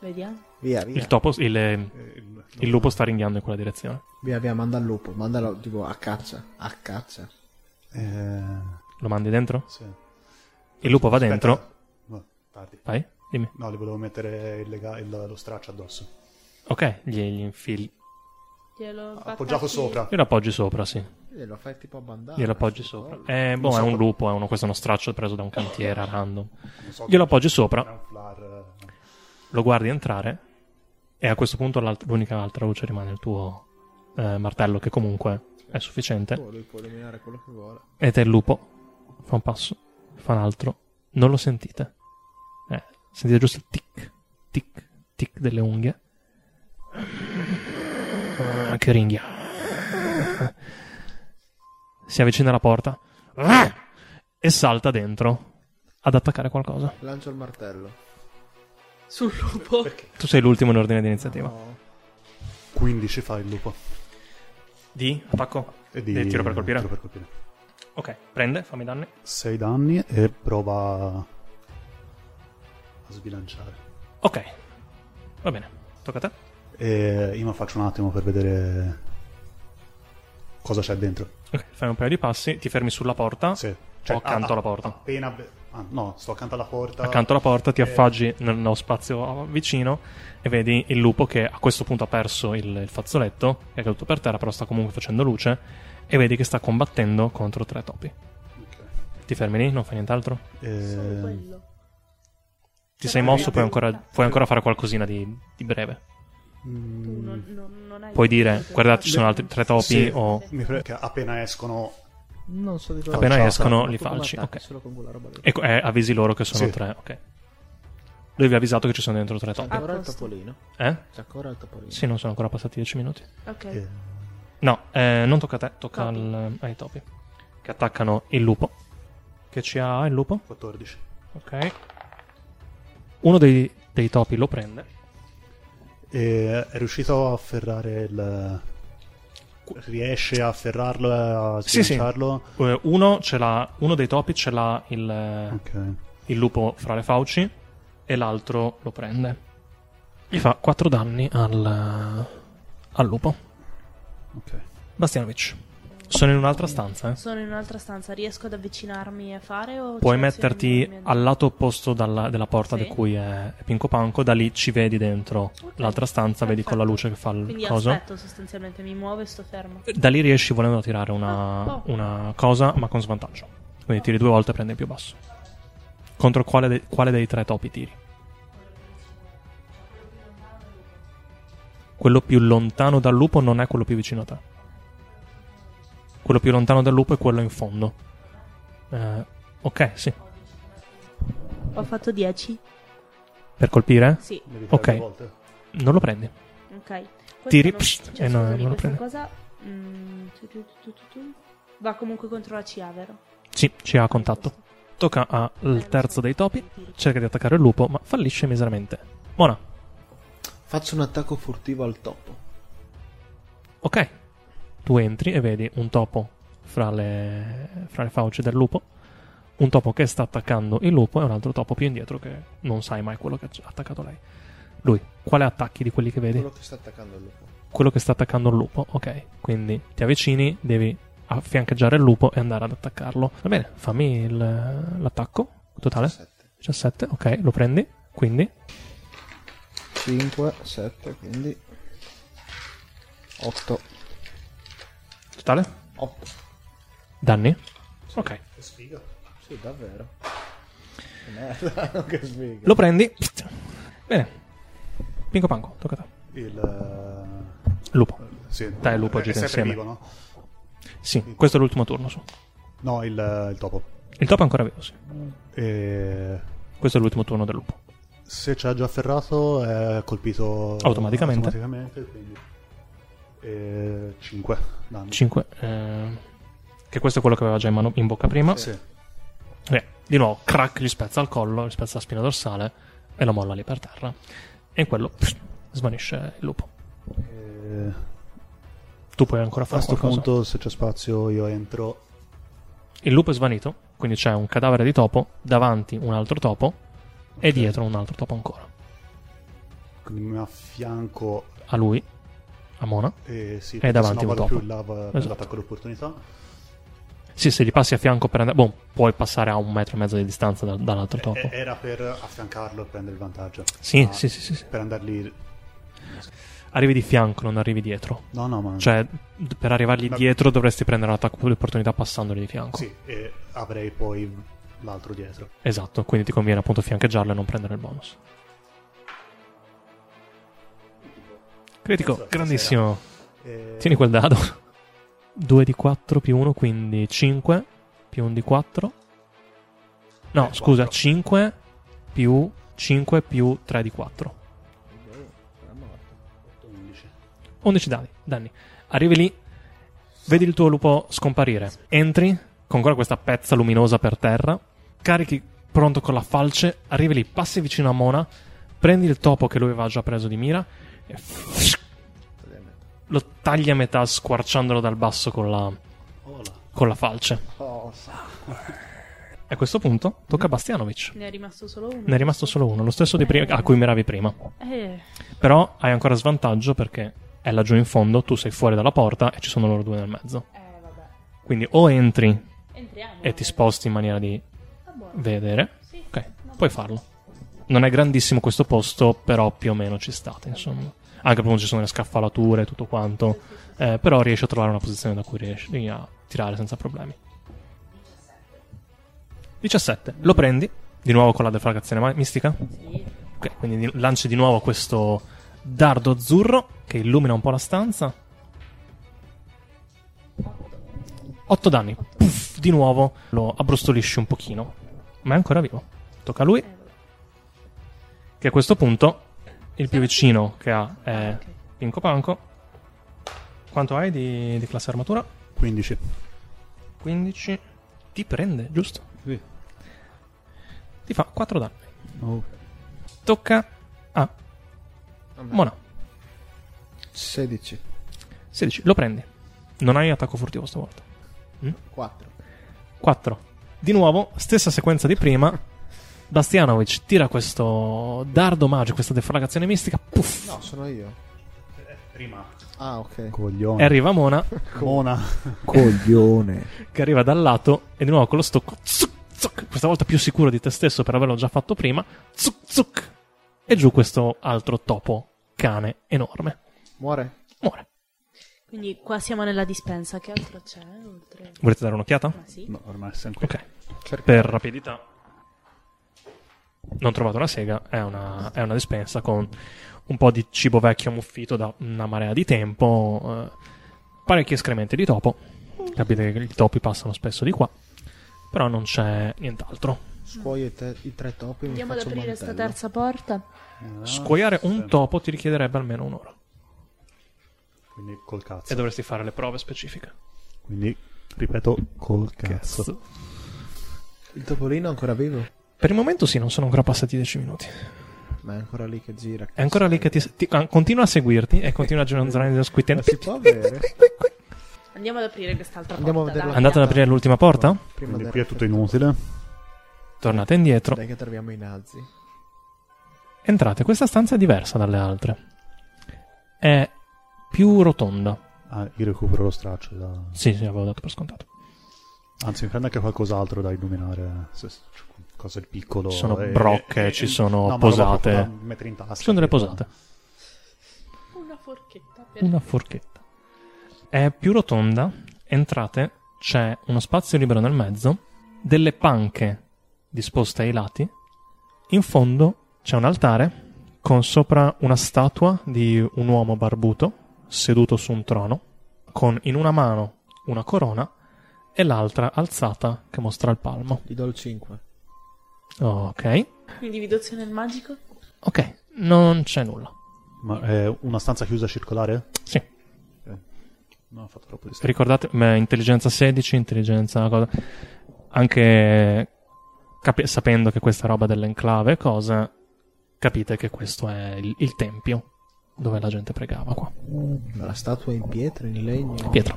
Vediamo. Via, via. Il topo, il, eh, Eh, Il, il lupo sta ringhiando in quella direzione. Via, via, manda il lupo. Mandalo tipo a caccia. A caccia. Eh, Lo mandi dentro? sì. Il lupo va Aspetta. dentro. No, tardi. Vai, dimmi. No, le volevo mettere il lega- il- lo straccio addosso. Ok, gli, gli infili. Glielo Ah, Appoggiato battacchi- sopra. Glielo appoggi sopra, sì. Glielo fai tipo a bandana. Ah, Glielo appoggi sul sopra. collo. Eh, boh, Non so è un come- lupo, è uno, questo è uno straccio preso da un cantiere a random. Non so Glielo come- appoggi sopra, Era un flar, eh. lo guardi entrare e a questo punto l'alt- l'unica altra luce rimane il tuo eh, martello che comunque è sufficiente. Oh, lui può eliminare quello che vuole. Ed è il lupo. Fa un passo, fa un altro. Non lo sentite. Eh, sentite giusto il tic, tic, tic delle unghie. Ah, che ringhia. Si avvicina alla porta. Ah! E salta dentro ad attaccare qualcosa. Lancio il martello. Sul lupo. Tu sei l'ultimo in ordine di iniziativa. No. 15 fa il lupo. Di attacco. E di- Eh, tiro per colpire. Tiro per colpire. Ok, prende, fammi danni. 6 danni e prova a sbilanciare. Ok. Va bene. Tocca a te. E io mi faccio un attimo per vedere cosa c'è dentro. Ok, fai un paio di passi, ti fermi sulla porta. Sì. Cioè, ah, o Ah. accanto alla porta. Appena... be- ah, no, sto accanto alla porta. accanto alla porta, ti affaggi nello spazio vicino e vedi il lupo che a questo punto ha perso il, il fazzoletto, che è caduto per terra, però sta comunque facendo luce, e vedi che sta combattendo contro tre topi. Ok. Ti fermi lì, non fai nient'altro? Solo Eh, quello. Ti sei mosso, puoi ancora, puoi ancora fare qualcosina di, di breve. mm, Tu non, non, non hai Puoi dire, guardate, ci sono altri tre topi Sì. o... mi pre- che appena escono Non so di cosa. Appena ciao, escono, ciao. li Tu come falci. attacchi Ok. Solo con quella roba lì. E co- eh, avvisi loro che sono Sì. tre, ok. Lui vi ha avvisato che ci sono dentro tre C'è topi. ancora A il posto. topolino. Eh? C'è ancora il topolino. Sì, non sono ancora passati dieci minuti. Ok. eh, No, eh, non tocca a te, tocca Topi. al- ai topi. Che attaccano il lupo. Che ci ha il lupo? 14. Ok. Uno dei, dei topi lo prende. E è riuscito a afferrare il riesce a afferrarlo e a Sì, sì. sbilanciarlo? Eh, Uno, ce l'ha, uno dei topi ce l'ha il, eh, Ok. il lupo fra le fauci e l'altro lo prende. Gli fa 4 danni al, al lupo. Ok. Bastianovic. Sono in un'altra stanza. eh. Sono in un'altra stanza, riesco ad avvicinarmi e fare o Puoi c'è azione di metterti movimento? al lato opposto dalla- della porta Sì. di cui è, è Pinco Panco, da lì ci vedi dentro Ok. l'altra stanza, vedi con la Perfetto. luce che fa il Quindi coso. aspetto sostanzialmente, mi muovo e sto fermo. Da lì riesci volendo a tirare una, Ah, oh. una cosa, ma con svantaggio. Quindi tiri due volte e prendi il più basso. Contro quale, de- quale dei tre topi tiri? Quello più lontano dal lupo non è quello più vicino a te. Quello più lontano dal lupo è quello in fondo. Eh, ok, sì. Ho fatto 10? Per colpire? Sì, Mi rifai Ok. due volte? Non lo prendi. ok. Questa Tiri, non- pssst, cioè, e no, scusami, non lo questa prende. cosa mm, tu, tu, tu, tu, tu, va comunque contro la CA, vero? Eh, Sì, ci ha contatto. Tocca al terzo dei topi. Cerca di attaccare il lupo, ma fallisce miseramente. Mona, Faccio un attacco furtivo al topo. ok. Tu entri e vedi un topo fra le, fra le fauci del lupo. Un topo che sta attaccando il lupo e un altro topo più indietro che non sai mai quello che ha attaccato lei. Lui, quale attacchi di quelli che vedi? Quello che sta attaccando il lupo. Quello che sta attaccando il lupo, ok. Quindi ti avvicini, devi affiancheggiare il lupo e andare ad attaccarlo. Va bene, fammi il- l'attacco totale. 7. 17, ok, lo prendi. Quindi 5, 7, quindi 8. Totale? 8. Danni? Ok. Che sfiga. Sì, davvero. Che Merda, che sfiga. Lo prendi. Bene. Pinco panco, tocca a te. Il Lupo. eh, sì. Dai, lupo, È- è gira sempre insieme. vivo, no? Sì, questo è l'ultimo turno su. No, il, il topo. Il topo è ancora vivo, sì. E Questo è l'ultimo turno del lupo. se ci ha già afferrato è colpito Automaticamente. automaticamente, quindi 5 danni. 5. eh, che questo è quello che aveva già in, mano, in bocca prima. Sì. Eh, di nuovo, crack, gli spezza il collo, gli spezza la spina dorsale. e lo molla lì per terra. E in quello pff, svanisce il lupo. Eh, Tu puoi ancora a fare questo qualcosa. punto, se c'è spazio, io entro. Il lupo è svanito, quindi c'è un cadavere di topo, davanti un altro topo e Ok. dietro un altro topo ancora. Quindi mi affianco A lui, a Mona. e sì, E davanti se no un vado topo. più in là va- Esatto. l'attacco d'opportunità. Sì, se gli passi a fianco per andare... Boh, puoi passare a un metro e mezzo di distanza dal- dall'altro topo. E- Era per affiancarlo e prendere il vantaggio. Sì, Ma sì, sì, sì, sì. Per andar lì. Arrivi di fianco, non arrivi dietro. No, no, ma. Cioè, d- per arrivargli Ma- dietro dovresti prendere un attacco di opportunità passandogli di fianco. Sì, e avrei poi l'altro dietro. Esatto, quindi ti conviene appunto fiancheggiarlo e non prendere il bonus. Critico, Stasera. grandissimo. E- Tieni quel dado. 2 di 4 più 1, quindi 5 più 1 di 4. No, Eh, scusa, quattro. 5 più 5 più 3 di 4. 11. 11 danni, danni. Arrivi lì, vedi il tuo lupo scomparire. Entri, con ancora questa pezza luminosa per terra. Carichi pronto con la falce. Arrivi lì, passi vicino a Mona. Prendi il topo che lui aveva già preso di mira. E lo tagli a metà, squarciandolo dal basso con la, Hola. con la falce. Oh, sa- E a questo punto tocca a Bastianovic. Ne è rimasto solo uno. Ne è rimasto solo uno, lo stesso di prima, a cui miravi prima. Eh, Però hai ancora svantaggio perché è laggiù in fondo, tu sei fuori dalla porta e ci sono loro due nel mezzo. eh, vabbè. Quindi o entri Entriamo. e ti sposti in maniera di Ah, buono. vedere. Sì. Ok, puoi farlo. Non è grandissimo questo posto, però più o meno ci state, insomma. Anche perché ci sono le scaffalature e tutto quanto. eh, però riesci a trovare una posizione da cui riesci a tirare senza problemi. 17. Lo prendi, di nuovo con la deflagrazione ma- mistica. Sì. eh, Ok, quindi di- lanci di nuovo questo dardo azzurro che illumina un po' la stanza. 8 danni. Puff, di nuovo lo abbrustolisci un pochino. Ma è ancora vivo. Tocca a lui. Che a questo punto il più vicino che ha è Pinco Panco. Quanto hai di, di classe armatura? 15. 15. Ti prende, giusto? Sì. Ti fa 4 danni. Oh. Tocca a Mona. 16, 16. Lo prendi. Non hai attacco furtivo stavolta. 4. 4. Di nuovo, stessa sequenza di prima. Bastianovic tira questo dardo magico, questa deflagrazione mistica. Puff. No, sono io. Prima. Ah, ok. E Coglione. arriva Mona, Mona. Coglione. che arriva dal lato, e di nuovo con lo stocco. zuc, zuc, questa volta più sicuro di te stesso per averlo già fatto prima. Zuc, zuc, e giù questo altro topo cane enorme. Muore? Muore. Quindi qua siamo nella dispensa. Che altro c'è eh, oltre? Volete dare un'occhiata? Ma sì. No, ormai siamo qui. Ok. Cerca. Per rapidità. Non trovate una sega, è una, è una dispensa con un po' di cibo vecchio ammuffito da una marea di tempo, eh, parecchi escrementi di topo. Capite che i topi passano spesso di qua, però non c'è nient'altro. Scuoio i, te- i tre topi. e mi Andiamo ad faccio un aprire questa mantello. terza porta. Ah, Scuoiare un sì. topo ti richiederebbe almeno un'ora Quindi col cazzo. e dovresti fare le prove specifiche. Quindi, ripeto, col cazzo. Il topolino è ancora vivo? Per il momento sì, non sono ancora passati 10 minuti. Ma è ancora lì che gira. È ancora lì che ti, ti- ah, continua a seguirti e continua a gironzare nello Ma squitten. si può avere? Andiamo ad aprire quest'altra Andiamo a porta. vederla. dai. Andate ad aprire l'ultima porta? Prima Quindi del qui è tutto raffreddore. inutile. Tornate indietro. Dai che troviamo i nazi. Entrate, questa stanza è diversa dalle altre. È più rotonda. Ah, io recupero lo straccio. da- Sì, sì, avevo dato per scontato. Anzi, mi prendo anche qualcos'altro da illuminare. Se... c'è Qualcosa di piccolo. Ci sono e- brocche, e- ci sono ma roba posate. proprio da mettere in tasca. Ci sono delle tipo. posate. Una forchetta per Una forchetta. È più rotonda. Entrate, c'è uno spazio libero nel mezzo, delle panche disposte ai lati. In fondo c'è un altare con sopra una statua di un uomo barbuto seduto su un trono, con in una mano una corona e l'altra alzata che mostra il palmo. Gli do il 5. Ok, individuazione del magico. ok, non c'è nulla. Ma è una stanza chiusa circolare? Sì, No, ho fatto troppo di straccio. ricordate, beh, intelligenza 16, intelligenza cosa. Anche capi- sapendo che questa roba dell'enclave e cosa capite che questo è il, il tempio dove la gente pregava qua. La statua in pietra, in legno, Pietra,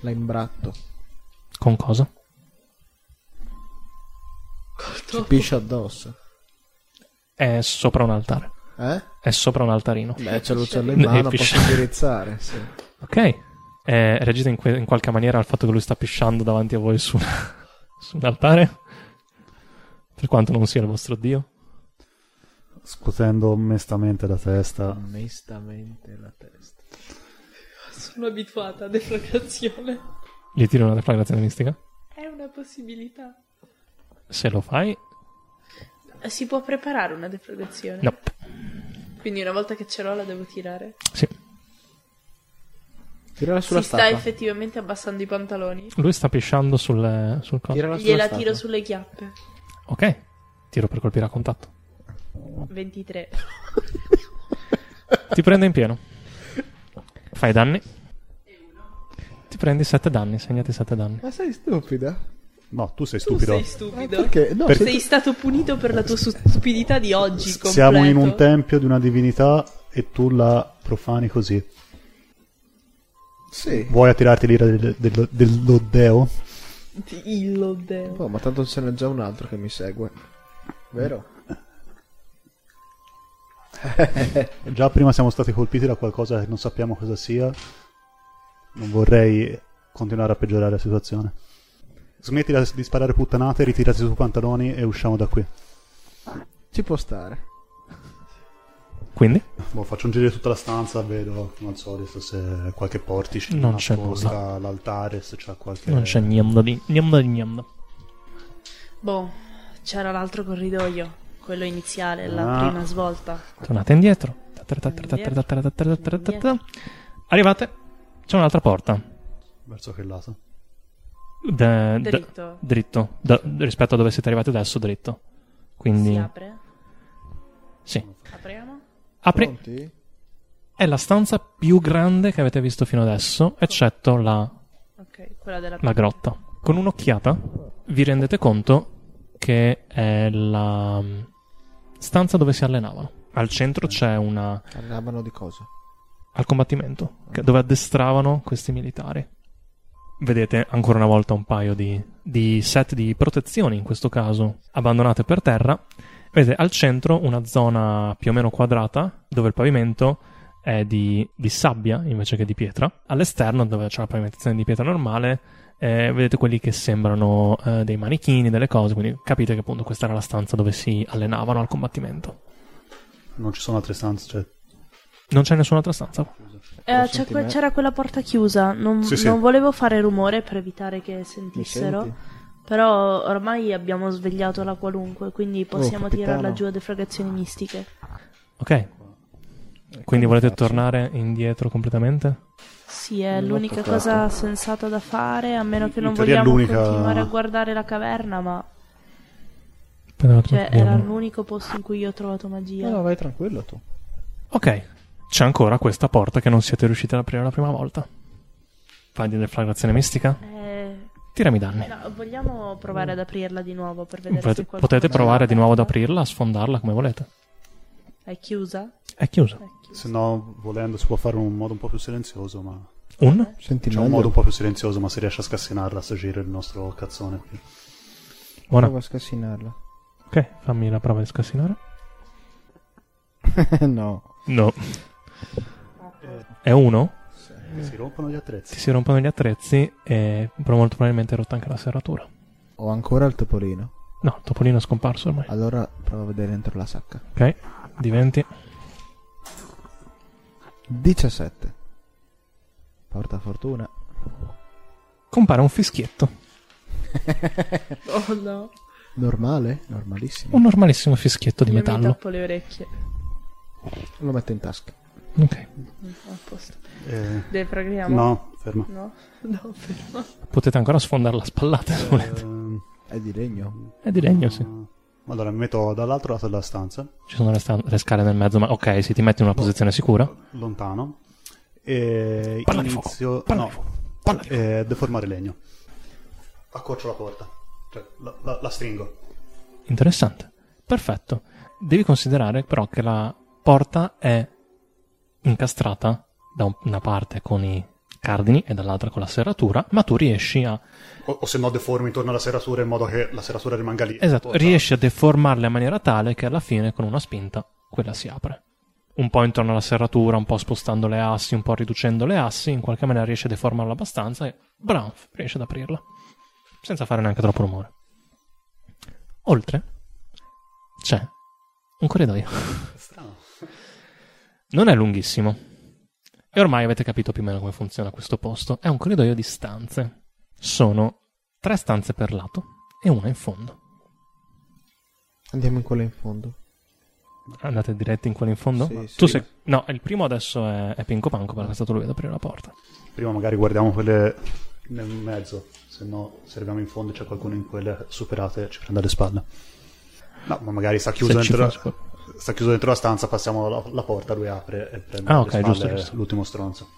la imbratto. con cosa? Ci piscia addosso. È sopra un altare. Eh? È sopra un altarino. Beh, c'è l'uccello in Ne mano, piscia. posso indirizzare. Sì. Ok. Eh, reagite in, que- in qualche maniera al fatto che lui sta pisciando davanti a voi su, su un altare? Per quanto non sia il vostro dio? Scusando onestamente la testa. Onestamente la testa. Sono abituata a deflagrazione. Gli tiro una deflagrazione mistica? È una possibilità. Se lo fai, Si può preparare una deflagrazione? no. Quindi una volta che ce l'ho la devo tirare. Sì. Tirala sulla si sta statua. effettivamente abbassando i pantaloni. Lui sta pisciando sul, sul coso. Tirala sulla Gliela statua. tiro sulle chiappe. Ok. Tiro per colpire a contatto. 23. Ti prende in pieno. Fai danni. Ti prendi 7 danni, segnati 7 danni. Ma sei stupida? No, tu sei Tu stupido. sei Ma stupido. perché? No, Perché- Sei stato punito per la tua su- stupidità di oggi. S- completo. Siamo in un tempio di una divinità e tu la profani così. Sì. Vuoi attirarti l'ira del- del- dello deo? Illo deo. Oh, ma tanto ce n'è già un altro che mi segue. Vero? Già prima siamo stati colpiti da qualcosa che non sappiamo cosa sia. Non vorrei continuare a peggiorare la situazione. Smettila di sparare puttanate, ritirati sui pantaloni e usciamo da qui. Ci può stare. Quindi? Boh, faccio un giro di tutta la stanza, vedo come al solito se qualche portice Non c'è apposta, l'altare, se c'è qualche. Non c'è niente di niente di niente. Boh, c'era l'altro corridoio, quello iniziale, la Ah. prima svolta. Tornate indietro. Arrivate. C'è un'altra porta. Verso che lato? Da- da- Dritto. dritto. Da- rispetto a dove siete arrivati adesso, dritto. Si Quindi, apre. sì. Apriamo. Apri. Pronti? È la stanza più grande che avete visto fino adesso, eccetto la, Ok, quella della la grotta. Con un'occhiata vi rendete conto che è la mm, stanza dove si allenavano. Al centro c'è una Parlavano di cosa? al combattimento, che- dove addestravano questi militari. Vedete ancora una volta un paio di, di set di protezioni, in questo caso, abbandonate per terra. Vedete al centro una zona più o meno quadrata, dove il pavimento è di, di sabbia invece che di pietra. All'esterno, dove c'è la pavimentazione di pietra normale, eh, vedete quelli che sembrano eh, dei manichini, delle cose, quindi capite che appunto questa era la stanza dove si allenavano al combattimento. Non ci sono altre stanze, cioè. Non c'è nessun'altra stanza. Eh, Lo c'è senti que- me? c'era quella porta chiusa, non, Sì, sì. non volevo fare rumore per evitare che Mi sentissero, senti? però ormai abbiamo svegliato la qualunque, quindi possiamo capitano. tirarla giù a defragazioni mistiche. Ok. Quindi volete faccio? tornare indietro completamente? Sì, è Non l'ho l'unica toccato. cosa sensata da fare, a meno che In non teoria è vogliamo l'unica- continuare a guardare la caverna, ma cioè, era l'unico posto in cui io ho trovato magia. No, no, vai tranquillo tu. Ok. C'è ancora questa porta che non siete riusciti ad aprire la prima volta. Fai di deflagrazione mistica? Eh, Tirami danni. no, vogliamo provare ad aprirla di nuovo per vedere Potete, se qualcuno... Mm. potete provare di nuovo ad aprirla, a sfondarla come volete. È chiusa? È chiusa. È chiusa. Se no, volendo, si può fare in un modo un po' più silenzioso, ma. Un? Senti C'è un modo un po' più silenzioso, ma si riesce a scassinarla a sto giro il nostro cazzone qui. Buona. Prova a scassinarla. Ok, fammi la prova di scassinare. no. No. È uno? Eh, Si rompono gli Ti attrezzi. si rompono gli attrezzi e però molto probabilmente è rotta anche la serratura. Ho ancora il topolino. No, il topolino è scomparso ormai. Allora prova a vedere dentro la sacca. Ok, diventi. 17. Porta fortuna. Compare un fischietto. Oh no. Normale? Normalissimo. Un normalissimo fischietto di Io mi metallo. tappo le orecchie. Lo metto in tasca. Ok. A posto. Eh, Defragriamo? no, ferma. No, no, fermo. Potete ancora sfondare la spallata se volete. Ehm, È di legno. È di legno, sì. Eh, allora, mi metto dall'altro lato della stanza, Ci sono le, sta- le scale nel mezzo, ma ok, se ti metti in una posizione sicura. lontano, e Palla di fuoco, inizio palla no, di fuoco, palla di eh, a deformare legno. Accorcio la porta, cioè la, la- la stringo. Interessante. Perfetto. Devi considerare però che la porta è incastrata da un- una parte con i cardini e dall'altra con la serratura, ma tu riesci a O, o se no deformi intorno alla serratura in modo che la serratura rimanga lì. Esatto, Porta- riesce a deformarla in maniera tale che alla fine con una spinta quella si apre. Un po' intorno alla serratura, un po' spostando le assi, un po' riducendo le assi, in qualche maniera riesce a deformarla abbastanza e bravo, riesce ad aprirla. Senza fare neanche troppo rumore. Oltre c'è un corridoio. Strano. Non è lunghissimo. E ormai avete capito più o meno come funziona questo posto. È un corridoio di stanze. Sono tre stanze per lato e una in fondo. Andiamo in quella in fondo. Andate diretti in quello in fondo? Sì, sì. tu sei... No, il primo adesso è, è Pinco Panco perché è stato lui ad aprire la porta. Prima magari guardiamo quelle nel mezzo, se no se arriviamo in fondo e c'è qualcuno in quelle superate ci prende alle spalle. No, ma magari sta chiuso, Se ci dentro, fa- sta chiuso dentro la stanza, passiamo la, la porta, lui apre e prende Ah, alle ok, spalle giusto, giusto. l'ultimo stronzo.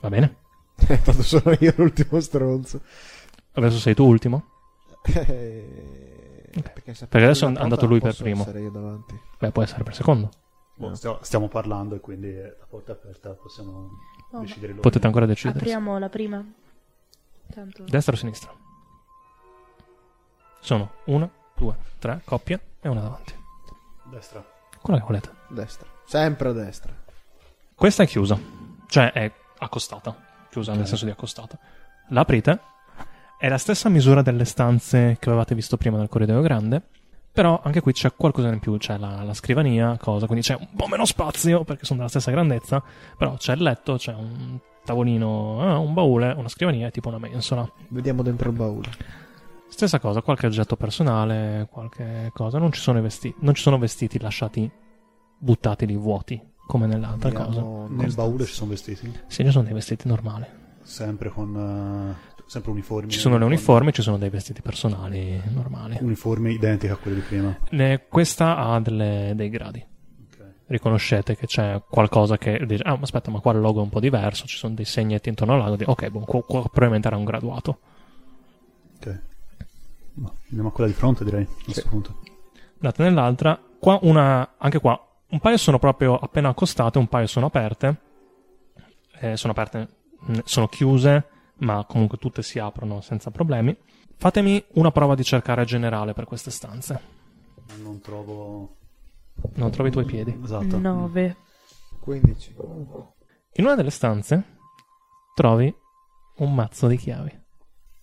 Va bene? Tanto sono io l'ultimo stronzo. Adesso sei tu ultimo? Eh, perché, se Perché adesso apro è la andato porta lui non per posso primo. essere io davanti. Beh, può essere per secondo. Boh, stiamo, stiamo parlando e quindi eh, la porta è aperta, possiamo ma- decidere loro. Potete ancora decidere. Apriamo la prima. Tanto. Destra o sinistra? Sono una, due, tre coppie e una davanti. Destra. Quella che volete. Destra. Sempre a destra. Questa è chiusa, cioè è accostata, chiusa nel senso di accostata. La aprite, è la stessa misura delle stanze che avevate visto prima nel corridoio grande, però anche qui c'è qualcosa in più, c'è la, la scrivania, cosa, quindi c'è un po' meno spazio perché sono della stessa grandezza, però c'è il letto, c'è un tavolino, eh, un baule, una scrivania e tipo una mensola. Vediamo dentro il baule. Stessa cosa, qualche oggetto personale, qualche cosa, non ci sono, i vesti- non ci sono vestiti lasciati buttati lì vuoti come nell'altra cosa. Andiamo Nel baule ci sono vestiti, Sì, ci sono dei vestiti normali. sempre con... eh, sempre uniformi. Ci sono le uniformi, ci sono dei vestiti personali normali. Uniformi identiche a quelli di prima. Ne- questa ha delle- dei gradi. Ok. Riconoscete che c'è qualcosa che dice, ah, ma aspetta, ma qua il logo è un po' diverso, ci sono dei segnetti intorno al lago. di- Ok, boh, qua- qua probabilmente era un graduato. Ok. Ma andiamo a quella di fronte direi, a questo punto. Andate nell'altra, qua una, anche qua, un paio sono proprio appena accostate, un paio sono aperte. Eh, sono aperte, mh, sono chiuse, ma comunque tutte si aprono senza problemi. Fatemi una prova di cercare generale per queste stanze. Non trovo... Non trovi i tuoi piedi. Esatto. 9. 15. In una delle stanze trovi un mazzo di chiavi.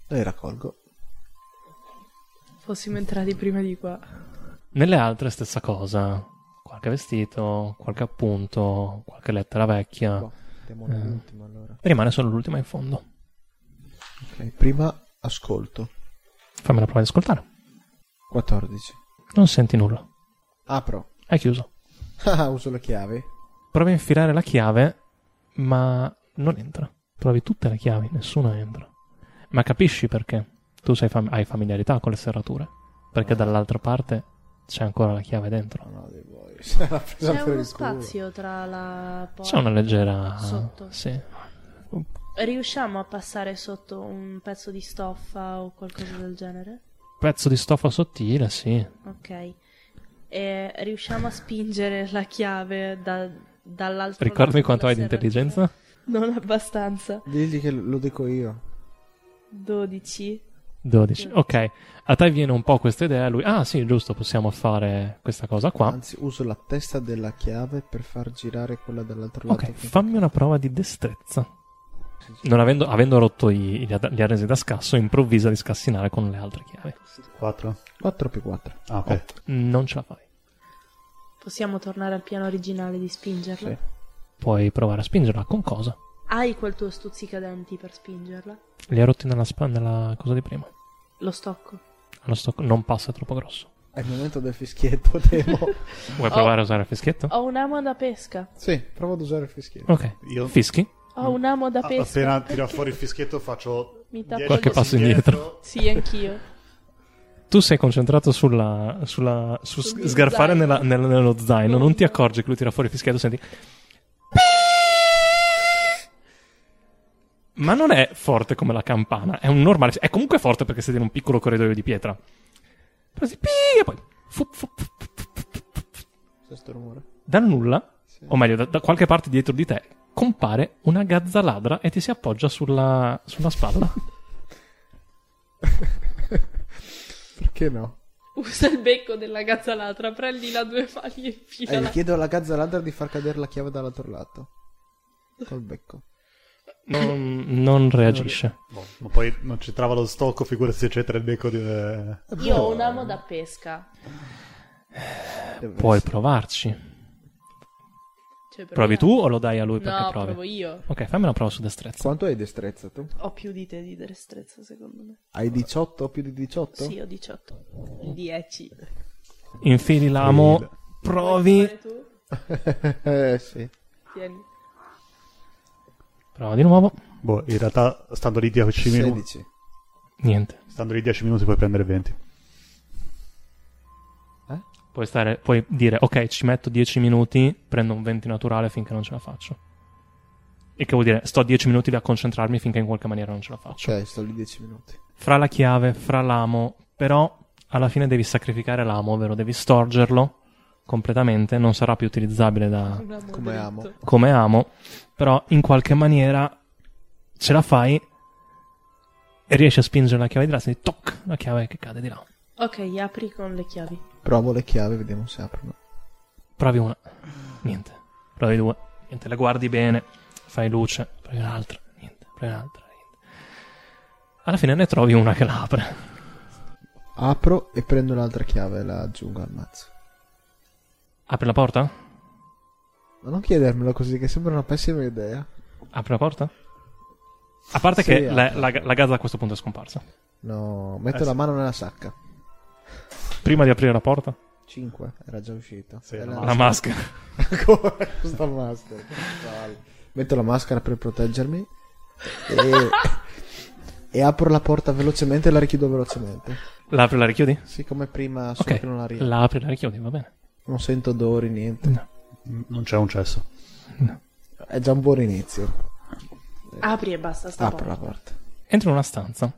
E raccolgo. Fossimo entrati prima di qua. Nelle altre stessa cosa. Qualche vestito, qualche appunto, qualche lettera vecchia. Boh, andiamo Eh. nell'ultimo allora. Rimane solo l'ultima in fondo. Ok, prima ascolto. Fammi una prova di ascoltare. 14. Non senti nulla. Apro. È chiuso. Ah, uso le chiavi. Provi a infilare la chiave, ma non entra. Provi tutte le chiavi, nessuna entra. Ma capisci perché? Tu sei fam- hai familiarità con le serrature. Perché dall'altra parte c'è ancora la chiave dentro. No, Ah, no, dei boys. L'ha presa C'è per uno il culo. spazio tra la C'è porta. una leggera. Sotto. Sì. Riusciamo a passare sotto un pezzo di stoffa o qualcosa del genere? Pezzo di stoffa sottile, sì. Ok. E riusciamo a spingere la chiave da, dall'altro Ricordami lato quanto della hai di serratura? intelligenza? Non abbastanza. Digli che lo dico io. 12. 12. Ok. A te viene un po' questa idea. Lui, ah, sì, giusto, possiamo fare questa cosa qua. Anzi, uso la testa della chiave per far girare quella dall'altro Ok, lato. fammi una prova di destrezza. Non avendo, avendo rotto i- gli, ad- gli arnesi da scasso, improvvisa di scassinare con le altre chiavi. 4. 4 più 4. Ah, ok. Non ce la fai. Possiamo tornare al piano originale di spingerla? Sì. Puoi provare a spingerla con cosa? Hai quel tuo stuzzicadenti per spingerla? Li hai rotti nella, spa- nella cosa di prima. Lo stocco. Allo stocco- non passa è troppo grosso. È il momento del fischietto, temo. Vuoi provare a usare il fischietto? Ho un amo da pesca. sì, provo ad usare il fischietto. Ok. Io- Fischi. Ho un amo da A- pesca. appena tira fuori il fischietto faccio... Mi tappo- dieci Qualche passi passo indietro. Sì, anch'io. Tu sei concentrato sulla, sulla- su s- Sul sgarfare zaino. nella- nel- nello zaino, non ti accorgi che lui tira fuori il fischietto, senti. Ma non è forte come la campana, è un normale. È comunque forte perché siete in un piccolo corridoio di pietra. Però si- pi- e poi. fu- fu- fu- fu- fu- fu- fu- fu- questo rumore. Dal nulla, Sì. o meglio, da, da qualche parte dietro di te, compare una gazza ladra e ti si appoggia sulla, sulla spalla. Perché no? Usa il becco della gazzalatra, prendi la due mani e Eh, gli infilala. chiedo alla gazza ladra di far cadere la chiave dall'altro lato. Col becco. Non, non reagisce. Boh, ma poi non ci trava lo stocco, figurati se c'è tre becco di... eh. Io ho un amo da pesca. Eh, Deve Puoi essere. provarci. Cioè, però- Provi tu o lo dai a lui perché No, provi? provo io. Ok, fammi una prova su destrezza. Quanto hai destrezza tu? Ho più di te di destrezza, secondo me. Hai 18 o più di 18? Sì, ho 18. 10. Infili l'amo, provi. Fare tu? eh sì. Tieni. Prova di nuovo. Boh, in realtà stando lì 10 minuti, 16. Niente. stando lì 10 minuti puoi prendere 20. Puoi, stare, puoi dire, ok, ci metto 10 minuti, prendo un 20 naturale finché non ce la faccio. E che vuol dire? Sto 10 minuti lì a concentrarmi finché in qualche maniera non ce la faccio. Ok, sto lì 10 minuti. Fra la chiave, fra l'amo, però alla fine devi sacrificare l'amo, ovvero devi storgerlo completamente, non sarà più utilizzabile da, Un amo Come dritto. amo. Ah, come amo, però in qualche maniera ce la fai e riesci a spingere la chiave di là, senti toc, la chiave che cade di là. Ok, apri con le chiavi. Provo le chiavi, vediamo se aprono. Provi una, niente. Provi due, niente. La guardi bene, fai luce, provi un'altra, niente. Provi un'altra, niente. Alla fine ne trovi una che la apre. Apro e prendo un'altra chiave e la aggiungo al mazzo. Apri la porta? Ma non chiedermelo così, che sembra una pessima idea. Apri la porta? A parte Sì, che la, apri. la, la gazza a questo punto è scomparsa. No, metto Eh, la sì. mano nella sacca. Prima di aprire la porta, 5, era già uscito. Sì, E la la maschera. Ancora sta maschera. Vale. Metto la maschera per proteggermi e, e apro la porta velocemente e la richiudo velocemente. La apri e la richiudi? Sì, come prima, solo Ok. che non la riapro. La apri e la richiudi, va bene. Non sento odori, niente. N- Mm, Non c'è un cesso. È già un buon inizio. Apri e basta, Ah, sta Eh. Apro porta. la porta. Entri in una stanza.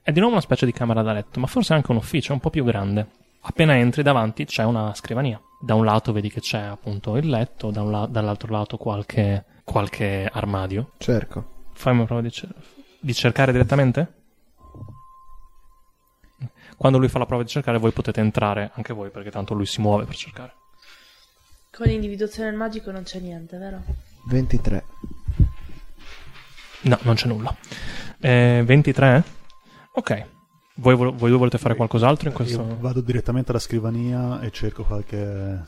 È di nuovo una specie di camera da letto, ma forse anche un ufficio, un po' più grande. Appena entri davanti c'è una scrivania. Da un lato vedi che c'è appunto il letto, da un la- dall'altro lato qualche, qualche armadio. Cerco. Fammi una prova di, cer- di cercare direttamente? Quando lui fa la prova di cercare voi potete entrare anche voi perché tanto lui si muove per cercare. Con l'individuazione del magico non c'è niente, vero? 23. No, non c'è nulla. Eh, 23? Ok. Voi, vol- voi due volete fare qualcos'altro in questo? Io vado direttamente alla scrivania e cerco qualche...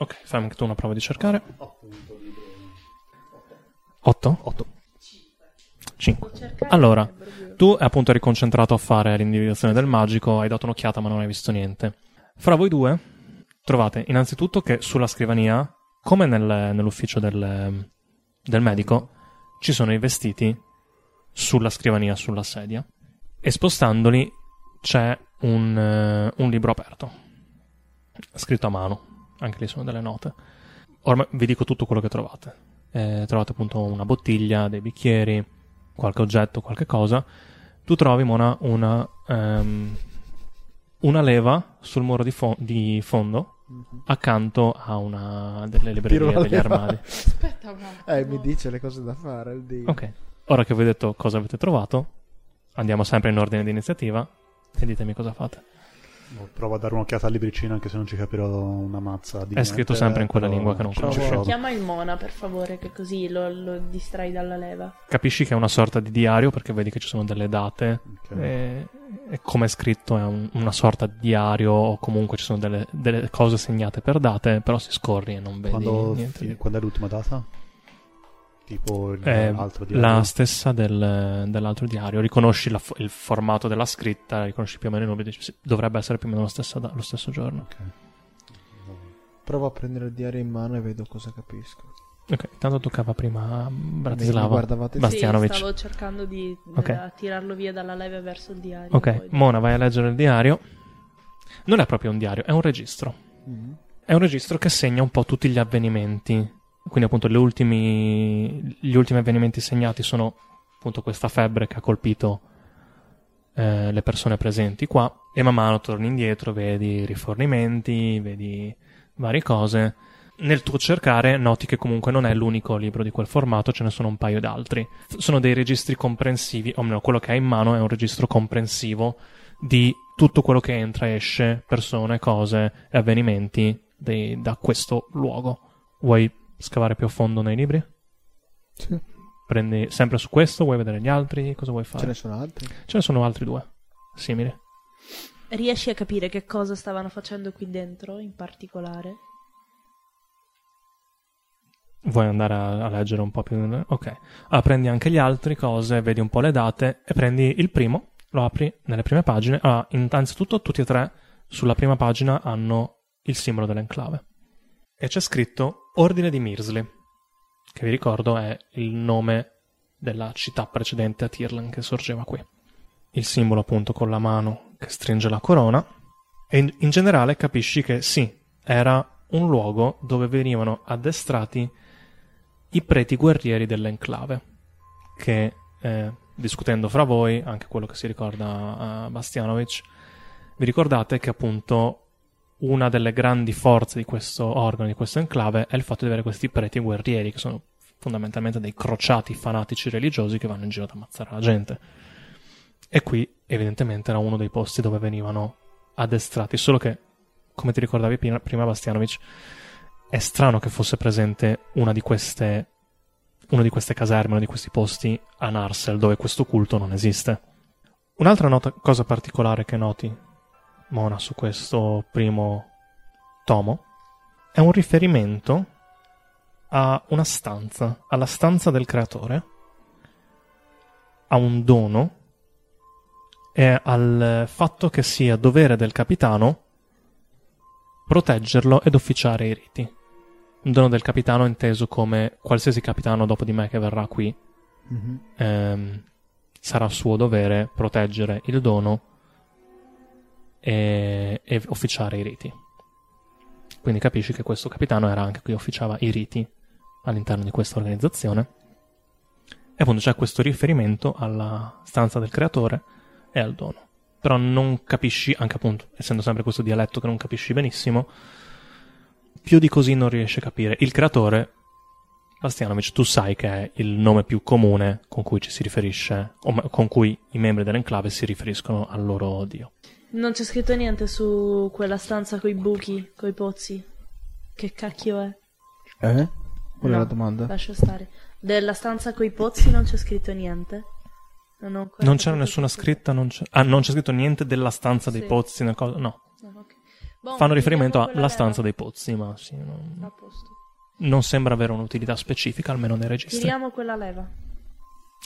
Ok, fammi anche tu una prova di cercare. 8? 8. 5. Allora, tu appunto eri concentrato a fare l'individuazione del magico, hai dato un'occhiata ma non hai visto niente. Fra voi due trovate innanzitutto che sulla scrivania, come nel- nell'ufficio del, del medico, ci sono i vestiti sulla scrivania, sulla sedia, e spostandoli c'è un, eh, un libro aperto, scritto a mano anche lì sono delle note. Ormai vi dico tutto quello che trovate. Eh, trovate appunto una bottiglia, dei bicchieri, qualche oggetto, qualche cosa. Tu trovi, Mona, una, ehm, una leva sul muro di, fo- di fondo accanto a una delle librerie, Tiro la degli leva. armadi. Aspetta un attimo. Eh, mi dice le cose da fare, il dio. Ok, ora che vi ho detto cosa avete trovato, andiamo sempre in ordine di iniziativa e ditemi cosa fate. boh, Provo a dare un'occhiata al libricino anche se non ci capirò una mazza di È scritto niente, sempre in quella però lingua che non ci conosci. provo. Chiama il mona, per favore, che così lo, lo distrai dalla leva. Capisci che è una sorta di diario perché vedi che ci sono delle date, Ok. E, e come è scritto è un- una sorta di diario o comunque ci sono delle, delle cose segnate per date, però si scorri e non vedi Quando, niente. fi- di- quando è l'ultima data? Tipo il È altro di la stessa del- dell'altro diario, riconosci la fo- il formato della scritta, riconosci più o meno i numeri, dici, "Sì, dovrebbe essere più o meno la stessa da- lo stesso giorno. Provo a prendere il diario in mano e vedo cosa capisco. Ok, tanto toccava prima Mi Bratislava. guardavate Basta. Bastianovic. Sì, stavo cercando di Ok. eh, tirarlo via dalla leva verso il diario. Ok, poi- Mona vai a leggere il diario. Non è proprio un diario, è un registro. Mhm. È un registro che segna un po' tutti gli avvenimenti. Quindi, appunto, gli ultimi, gli ultimi avvenimenti segnati sono appunto questa febbre che ha colpito eh, le persone presenti qua. E man mano torni indietro, vedi rifornimenti, vedi varie cose. Nel tuo cercare noti che comunque non è l'unico libro di quel formato, ce ne sono un paio d'altri. F- Sono dei registri comprensivi, o almeno quello che hai in mano è un registro comprensivo di tutto quello che entra e esce, persone, cose e avvenimenti dei- da questo luogo. Vuoi scavare più a fondo nei libri? Sì. Prendi sempre su questo, vuoi vedere gli altri? Cosa vuoi fare? Ce ne sono altri. Ce ne sono altri due, simili. Riesci a capire che cosa stavano facendo qui dentro, in particolare? Vuoi andare a, a leggere un po' più? nel- Ok. Ah, prendi anche gli altri cose, vedi un po' le date e prendi il primo, lo apri nelle prime pagine. Allora, innanzitutto tutti e tre sulla prima pagina hanno il simbolo dell'enclave. E c'è scritto Ordine di Mirsley, che vi ricordo è il nome della città precedente a Tirlan che sorgeva qui. Il simbolo appunto con la mano che stringe la corona. E in- in generale capisci che sì, era un luogo dove venivano addestrati i preti guerrieri dell'enclave, che eh, discutendo fra voi, anche quello che si ricorda a Bastianovic, vi ricordate che appunto una delle grandi forze di questo organo, di questo enclave, è il fatto di avere questi preti guerrieri, che sono fondamentalmente dei crociati fanatici religiosi che vanno in giro ad ammazzare la gente. E qui evidentemente era uno dei posti dove venivano addestrati, solo che, come ti ricordavi prima, prima Bastianovic, è strano che fosse presente una di queste una di queste caserme, uno di questi posti a Narsel dove questo culto non esiste. Un'altra nota- cosa particolare che noti, Mona, su questo primo tomo è un riferimento a una stanza, alla stanza del creatore, a un dono e al fatto che sia dovere del capitano proteggerlo ed officiare i riti. Un dono del capitano inteso come qualsiasi capitano dopo di me che verrà qui Mhm. ehm, sarà suo dovere proteggere il dono e, e officiare i riti. Quindi capisci che questo capitano era anche qui, officiava i riti all'interno di questa organizzazione. E appunto c'è questo riferimento alla stanza del creatore e al dono. Però non capisci, anche appunto, essendo sempre questo dialetto che non capisci benissimo, più di così non riesci a capire. Il creatore Bastianovic, tu sai che è il nome più comune con cui ci si riferisce, o me- con cui i membri dell'enclave si riferiscono al loro dio. Non c'è scritto niente su quella stanza coi buchi, coi pozzi. Che cacchio è? Eh? Qual è No, la domanda? Lascia stare. Della stanza coi pozzi non c'è scritto niente. Non, ho ancora Non c'era capito nessuna che cosa- scritta, non c'è, ah, non c'è scritto niente della stanza dei Sì. pozzi, una cosa- no. No, ok. Boh, Fanno riferimento chiudiamo quella alla stanza guerra. dei pozzi, ma sì, non, A posto. non sembra avere un'utilità specifica, almeno nei registri. Tiriamo quella leva.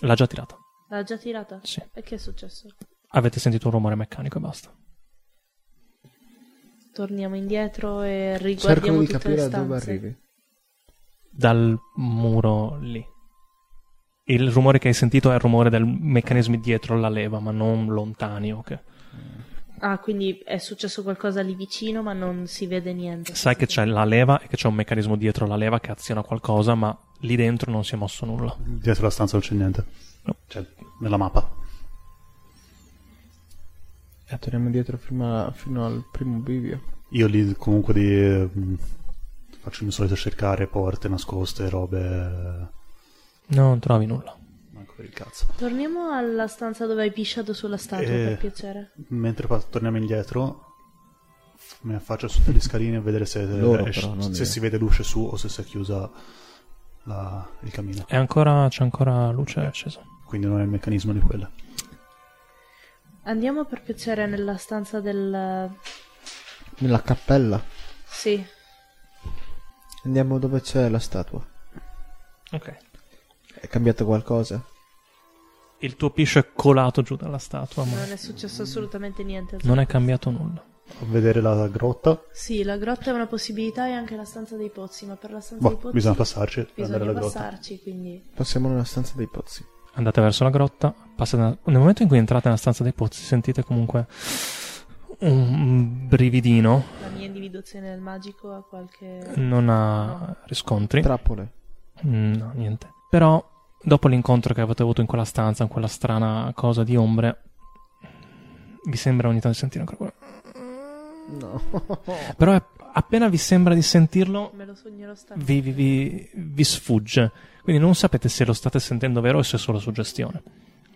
L'ha già tirata, L'ha già tirata? sì. E che è successo? Avete sentito un rumore meccanico e basta. Torniamo indietro e Cerco riguardiamo di tutte le capire da stanze. dove arrivi. Dal muro lì. Il rumore che hai sentito è il rumore del meccanismi dietro la leva, ma non lontani o che... Ah, quindi è successo qualcosa lì vicino, ma non si vede niente. sai che c'è la leva e che c'è un meccanismo dietro la leva che aziona qualcosa, ma lì dentro non si è mosso nulla. Mhm. Dietro la stanza non c'è niente. No. Cioè, nella mappa. E torniamo indietro prima- fino al primo bivio. Io lì comunque di, eh, mh, faccio il mio solito cercare porte nascoste, robe... Non trovi nulla. Manco per il cazzo. Torniamo alla stanza dove hai pisciato sulla statua, Eh. per piacere. Mentre pa- torniamo indietro, f- mi affaccio sotto gli scalini a vedere se, Loro esce- però, non se io. si vede luce su o se si è chiusa la- il camino. È ancora, c'è ancora luce accesa. Quindi non è il meccanismo di quella. Andiamo per piacere nella stanza del... Nella cappella. Sì, Andiamo dove c'è la statua. Ok. È cambiato qualcosa? Il tuo piscio è colato giù dalla statua, ma non è successo assolutamente niente. non è cambiato nulla. A vedere la grotta, Sì, la grotta è una possibilità e anche la stanza dei pozzi, ma per la stanza boh, dei pozzi bisogna passarci per andare bisogna alla grotta. passarci, quindi... Passiamo nella stanza dei pozzi. Andate verso la grotta. passate nella- Nel momento in cui entrate nella stanza dei pozzi, sentite comunque un brividino. La mia individuazione del magico ha qualche... Non ha riscontri. Trappole. Mm, No, niente. Però, dopo l'incontro che avete avuto in quella stanza, in quella strana cosa di ombre, vi sembra ogni tanto di sentire ancora quello. No. Però è- appena vi sembra di sentirlo, Me lo sognerò stanotte. vi, vi- vi- vi sfugge. Quindi non sapete se lo state sentendo vero o se è solo suggestione.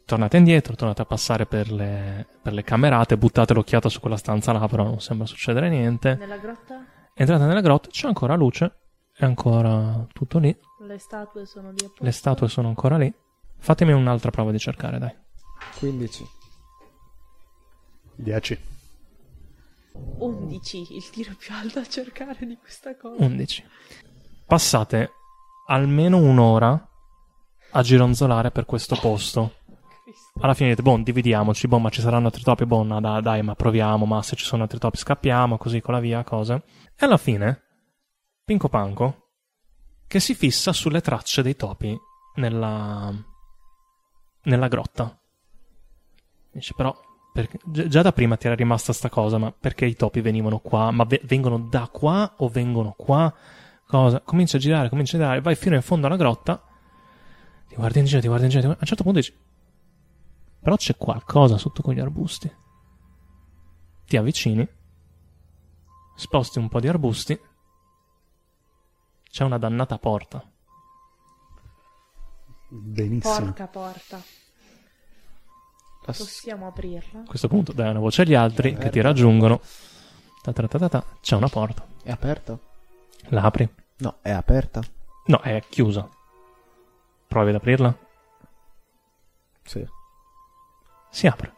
Tornate indietro, tornate a passare per le, per le camerate, buttate l'occhiata su quella stanza là, però non sembra succedere niente. Nella grotta Entrate nella grotta, c'è ancora luce, è ancora tutto lì, le statue sono lì apposta. le statue sono ancora lì. Fatemi un'altra prova di cercare, dai. 15. 10. 11, il tiro più alto a cercare di questa cosa. 11. Passate almeno un'ora a gironzolare per questo posto. Cristo. Alla fine dite, boh, dividiamoci, boh, ma ci saranno altri topi, boh, no, dai, dai, ma proviamo, ma se ci sono altri topi scappiamo, così con la via, cose. E alla fine, Pinco Panco, che si fissa sulle tracce dei topi nella... nella grotta. Dice, però, perché- gi- già da prima ti era rimasta sta cosa, ma perché i topi venivano qua? Ma ve- vengono da qua o vengono qua? Cosa? Comincia a girare, comincia a girare, vai fino in fondo alla grotta, ti guardi in giro, ti guardi in giro, ti guardi- a un certo punto dici... Però c'è qualcosa sotto quegli arbusti. Ti avvicini, sposti un po' di arbusti, c'è una dannata porta. Benissimo. Porca porta. La s- Possiamo aprirla? A questo punto dai una voce agli altri che ti raggiungono. Ta ta ta ta ta, c'è una porta. È aperta? La apri? No, è aperta. No, è chiusa. Provi ad aprirla? Sì. Si apre.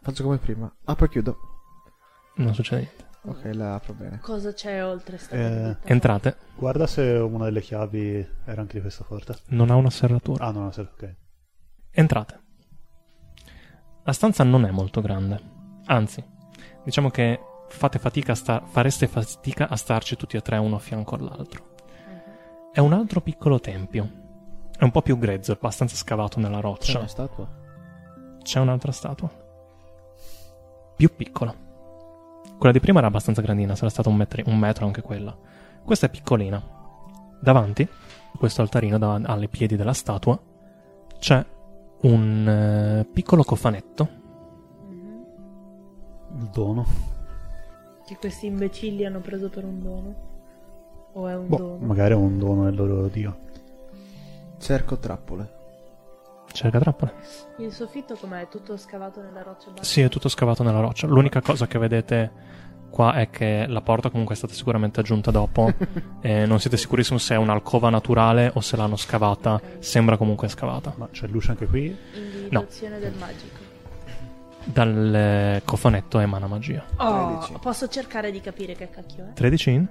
Faccio come prima. Apro e chiudo. Non succede niente. Ok, la apro bene. Cosa c'è oltre sta Eh, porta? Entrate. Guarda se una delle chiavi era anche di questa porta. Non ha una serratura. Ah, no, no, se- ok. Entrate. La stanza non è molto grande, anzi, diciamo che fate fatica a sta- fareste fatica a starci tutti e tre uno a fianco all'altro. È un altro piccolo tempio. È un po' più grezzo, è abbastanza scavato nella C'è roccia. una statua? C'è un'altra statua. Più piccola. Quella di prima era abbastanza grandina, sarà stata un, metri- un metro anche quella. Questa è piccolina. Davanti, questo altarino, dav- alle piedi della statua, c'è un eh, piccolo cofanetto. Mhm. Il dono. Che questi imbecilli hanno preso per un dono? O è un Boh, dono? magari è un dono del loro dio. Cerco trappole. Cerca trappole. Il soffitto com'è? È tutto scavato nella roccia bassa? Sì, è tutto scavato nella roccia. L'unica cosa che vedete qua è che la porta comunque è stata sicuramente aggiunta dopo. e non siete sicurissimi se è un'alcova naturale o se l'hanno scavata. Sembra comunque scavata. Ma c'è luce anche qui? Individuazione del magico. Dal eh, cofanetto emana magia. Oh, 13. posso cercare di capire che cacchio è? 13 in?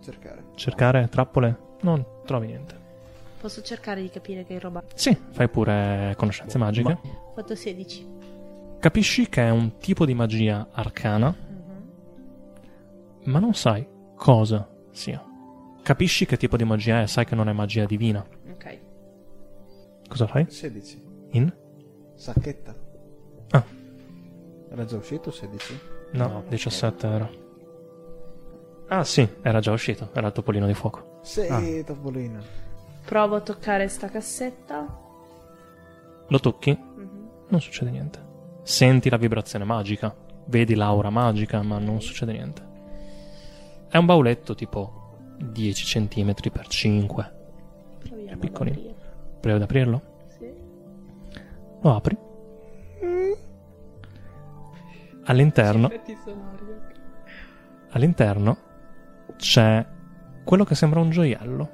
Cercare. Cercare trappole? Non trovi niente. Posso cercare di capire che è roba? Sì, fai pure conoscenze magiche. Ho fatto 16. Capisci che è un tipo di magia arcana, Mhm, ma non sai cosa sia. Capisci che tipo di magia è, sai che non è magia divina. Ok. Cosa fai? 16. In? Sacchetta. Ah. Era già uscito 16? No, 17 era. Ah sì, era già uscito, era il topolino di fuoco. Sì, topolino. Provo a toccare sta cassetta. Lo tocchi, non succede niente. Senti la vibrazione magica, vedi l'aura magica, ma non succede niente. È un bauletto tipo 10 cm per 5. Proviamo ad piccoli. aprirla. Provi ad aprirlo? Sì. Lo apri. All'interno, Effetti sonori, ok. all'interno c'è quello che sembra un gioiello.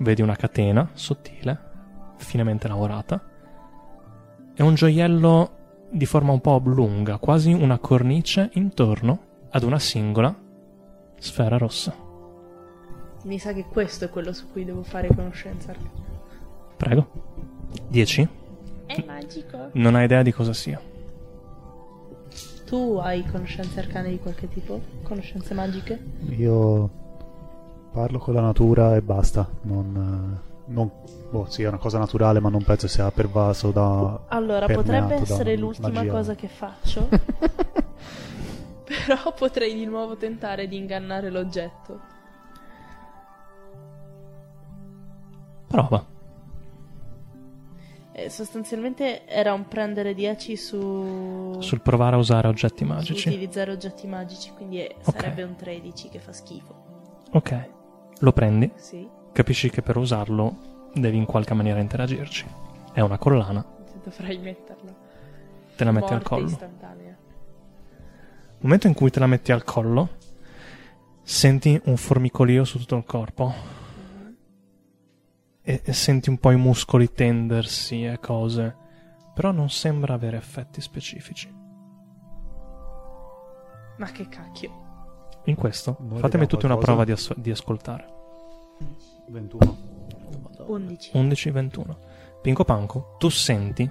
Vedi una catena sottile, finemente lavorata. È un gioiello di forma un po' oblunga, quasi una cornice intorno ad una singola sfera rossa. Mi sa che questo è quello su cui devo fare conoscenza. Prego. 10. È magico? Non hai idea di cosa sia. Tu hai conoscenze arcane di qualche tipo? Conoscenze magiche? Io parlo con la natura e basta. Non. eh, non- boh, sì, è una cosa naturale, ma non penso sia pervaso da. Allora, permeato potrebbe da essere l'ultima magia. cosa che faccio. Però potrei di nuovo tentare di ingannare l'oggetto. Prova. Eh, Eh, sostanzialmente era un prendere 10 su... Sul provare a usare oggetti su magici. utilizzare oggetti magici, quindi è- Ok. sarebbe un 13 che fa schifo. Ok. Lo prendi, Sì, capisci che per usarlo devi in qualche maniera interagirci. È una collana, dovrei metterla. te la metti Morte al collo. istantanea. Nel momento in cui te la metti al collo, senti un formicolio su tutto il corpo. E, e senti un po' i muscoli tendersi e cose. Però non sembra avere effetti specifici. Ma che cacchio. In questo, Noi fatemi vediamo tutti una qualcosa? prova di, ass- di ascoltare. 21. 11. Mm. 11-21. Pinco Panco, tu senti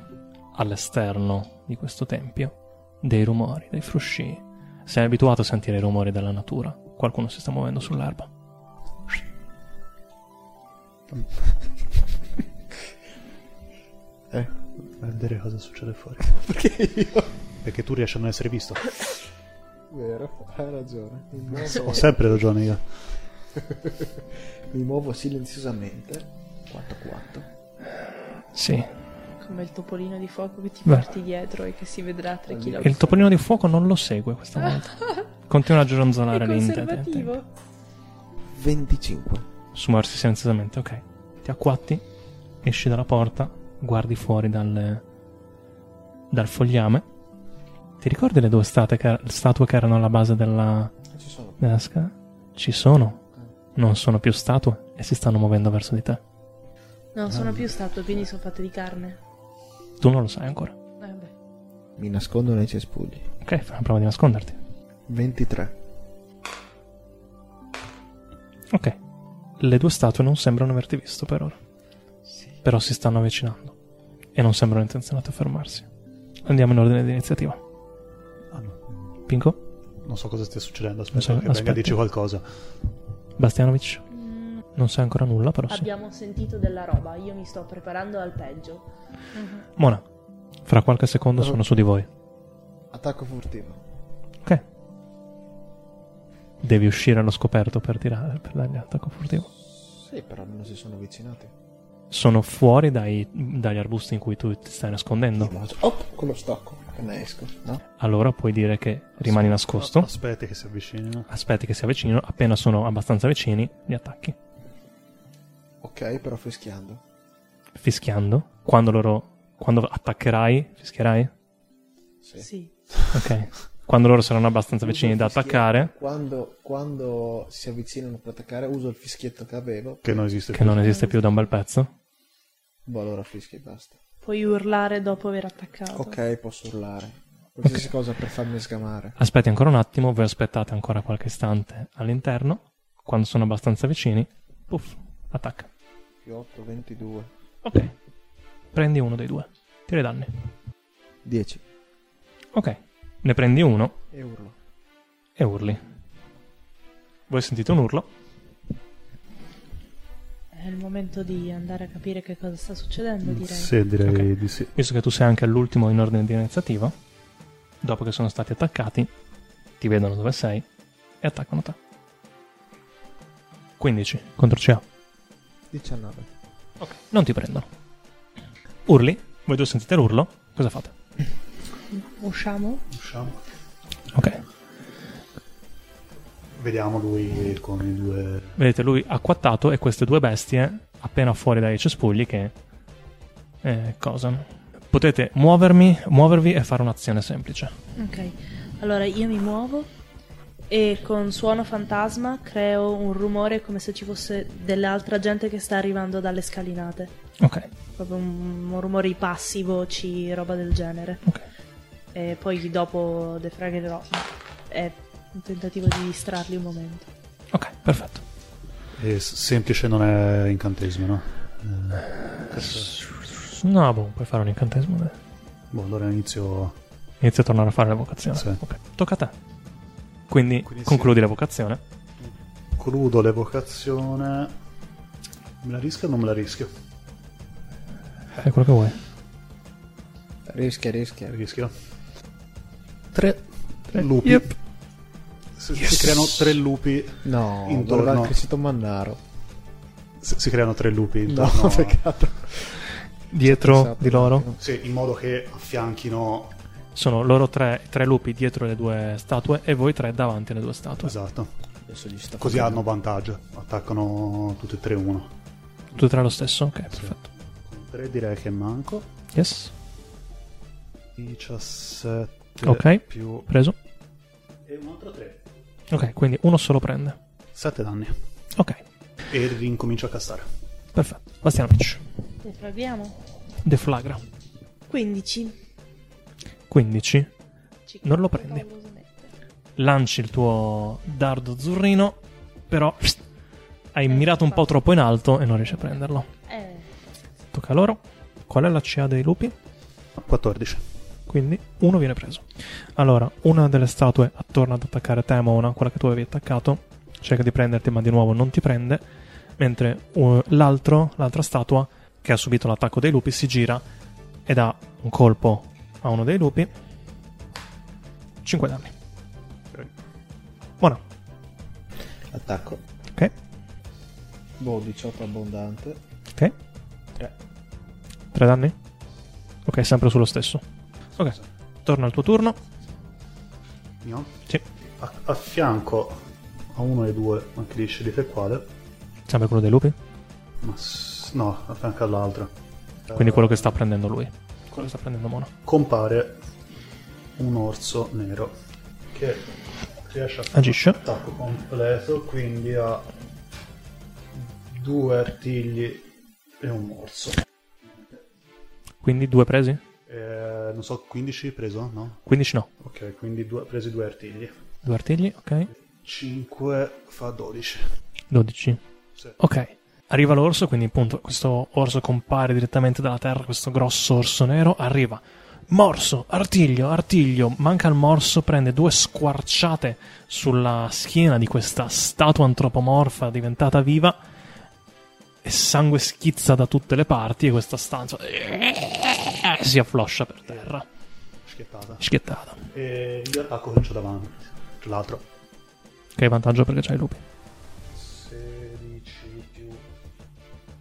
all'esterno di questo tempio dei rumori, dei frusci. Sei abituato a sentire i rumori della natura. Qualcuno si sta muovendo sull'erba. Eh, Vai a vedere cosa succede fuori. Perché tu riesci a non essere visto. vero, hai ragione. Mi Ho muovo, sempre ragione io. mi muovo silenziosamente. 4-4. Sì, Come il topolino di fuoco che ti Beh. porti dietro e che si vedrà tra chi Il topolino di fuoco non lo segue questa volta. Continua a È gironzolare lì in te- te- conservativo. te- 25. Smuoversi silenziosamente, ok. Ti acquatti, esci dalla porta, guardi fuori dal, dal fogliame. Ti ricordi le due state che- er-, statue che erano alla base della, Eh, Ci sono. della scala? Ci sono. Non sono più statue e si stanno muovendo verso di te. No, Ah. sono più statue, quindi sono fatte di carne. Tu non lo sai ancora. Eh, beh. Mi nascondo nei cespugli. Ok, fai una prova di nasconderti. 23. Ok. Le due statue non sembrano averti visto per ora. Però si stanno avvicinando. E non sembrano intenzionate a fermarsi. Andiamo in ordine di iniziativa. Ah, no. Pinco, Non so cosa stia succedendo. Aspetta, so, che venga aspetta. a dirci qualcosa. Bastianovic. Non sai ancora nulla, però sì. Abbiamo sentito della roba, io mi sto preparando al peggio. Mona, fra qualche secondo Oh. sono su di voi. Attacco furtivo. Ok. Devi uscire allo scoperto per tirare, per dargli attacco furtivo. Sì, però almeno si sono avvicinati. Sono fuori dai- dagli arbusti in cui tu ti stai nascondendo. Io vado, op, con lo stocco. E ne esco, no? Allora puoi dire che rimani nascosto. Aspetta che si avvicinino. Aspetti che si avvicinino. Appena sono abbastanza vicini, li attacchi. Ok, però fischiando. fischiando. Quando loro. Quando attaccherai, fischierai? Sì. Sì. Ok. Quando loro saranno abbastanza vicini Uso da il fischietto. attaccare, Quando, quando si avvicinano per attaccare, uso il fischietto che avevo. Che non esiste che più. non esiste più da un bel pezzo. Boh, allora fischi e basta. Puoi urlare dopo aver attaccato. Ok, posso urlare. Qualsiasi cosa per farmi sgamare. Aspetti ancora un attimo, voi aspettate ancora qualche istante all'interno. Quando sono abbastanza vicini, puff, attacca. Più 8, 22. Ok. Prendi uno dei due. Tira i danni. 10. Ok. Ne prendi uno E urlo. e urli. Voi sentite un urlo. È il momento di andare a capire che cosa sta succedendo, direi. Mm, Sì, direi Ok. di sì. Visto che tu sei anche l'ultimo in ordine di iniziativa, dopo che sono stati attaccati, ti vedono dove sei e attaccano te. 15 contro CA. 19. Ok. Non ti prendono. Urli, voi due sentite l'urlo, cosa fate? Usciamo? Usciamo. Ok. Vediamo lui con i due. Vedete lui acquattato e queste due bestie appena fuori dai cespugli che... Eh, cosa? Potete muovermi, muovervi e fare un'azione semplice. Ok. Allora io mi muovo e con suono fantasma creo un rumore come se ci fosse dell'altra gente che sta arrivando dalle scalinate. Ok, Proprio un, un rumore di passi, voci, roba del genere. ok. E poi dopo defragherò. È un tentativo di distrarli un momento. Ok, perfetto. E s- semplice non è incantesimo, no? Eh, No, boh, puoi fare un incantesimo. dai. Boh, allora inizio. Inizia a tornare a fare l'evocazione. Sì. Ok. Tocca a te. Quindi, Quindi sì. concludi l'evocazione. Crudo l'evocazione. Me la rischio o non me la rischio? Fai quello che vuoi. Rischia, rischia. Rischio. 3. Lupi. Yep. Si, si creano tre lupi. No, Intorno. guarda, è cresciuto Mannaro. Si, si creano tre lupi No, intorno. peccato. dietro Esatto. di loro. Sì, in modo che affianchino. Sono loro tre, tre lupi dietro le due statue e voi tre davanti alle due statue. Esatto. Adesso gli sta Così facendo- hanno vantaggio. Attaccano tutti e tre uno. Tutti e tre lo stesso? Ok, perfetto. Tre direi che manco. Yes, 17 Ok. più. preso. E un altro 3. Ok, quindi uno solo prende. 7 danni. Ok, E ricomincio a castare. perfetto. Bastianovic, Defraghiamo. deflagra. 15. 15. Ci- Non lo prendi. Paolosamente. lanci il tuo dardo azzurrino, però hai mirato un po' troppo in alto e non riesci a prenderlo. Eh, Tocca a loro. Qual è la CA dei lupi? 14. Quindi uno viene preso. Allora, una delle statue attorno ad attaccare te, Mona, quella che tu avevi attaccato, cerca di prenderti, ma di nuovo non ti prende. Mentre uh, l'altro, l'altra statua, che ha subito l'attacco dei lupi, si gira e dà un colpo a uno dei lupi. 5 danni. Mona, Attacco. ok? Boh, 18 abbondante. Ok. 3. 3 danni? Ok, sempre sullo stesso. Ok, torna al tuo turno. Io? Sì. A, a fianco a uno e due, anche lì scegliete quale. Sempre quello dei lupi. Ma s- no, a fianco all'altro. Quindi quello che sta prendendo lui. Quello che sta prendendo Mono. Eh, Compare un orso nero che riesce a fare un Agisce. attacco completo, quindi ha due artigli e un morso. Quindi due presi? Eh, non so, 15 preso? No? 15 no. Ok, quindi due, presi due artigli. Due artigli, ok. 5 fa 12. 12. Sì. Ok. Arriva l'orso, quindi appunto questo orso compare direttamente dalla terra, questo grosso orso nero. Arriva. Morso, artiglio, artiglio. Manca il morso, prende due squarciate sulla schiena di questa statua antropomorfa diventata viva. E sangue schizza da tutte le parti e questa stanza si affloscia per terra, Schiettata. schiettata. E io attacco che c'ho davanti. Tra l'altro, Che vantaggio perché c'hai i lupi. 16 più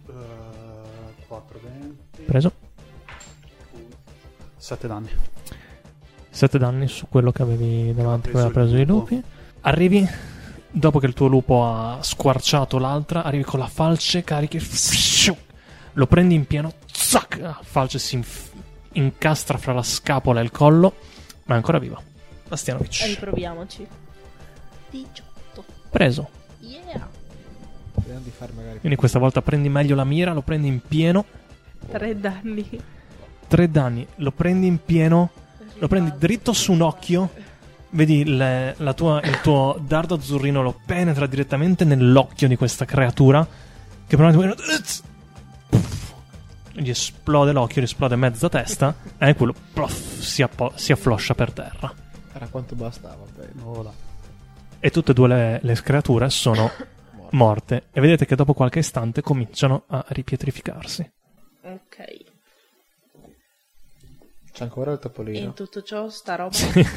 eh, 4, 20. Preso. 7 danni. 7 danni su quello che avevi davanti, che Preso aveva preso il i lupo. lupi. Arrivi, dopo che il tuo lupo ha squarciato l'altra, arrivi con la falce, carichi, lo prendi in pieno, zac, la falce si inf- incastra fra la scapola e il collo, ma è ancora viva. Bastianovic, riproviamoci. 18. preso. Yeah. Speriamo di far magari Quindi questa volta prendi meglio la mira, lo prendi in pieno, 3 danni. 3 danni, lo prendi in pieno, lo prendi dritto su un occhio. Vedi il- la tua- il tuo dardo azzurrino lo penetra direttamente nell'occhio di questa creatura. Che per un attimo. Puff. Gli esplode l'occhio, gli esplode mezza testa. E quello plof, si, appo- si affloscia per terra. Era quanto bastava. per- E tutte e due le, le creature sono morte. E vedete che dopo qualche istante cominciano a ripietrificarsi. Ok. C'è ancora il E topolino. in tutto ciò sta roba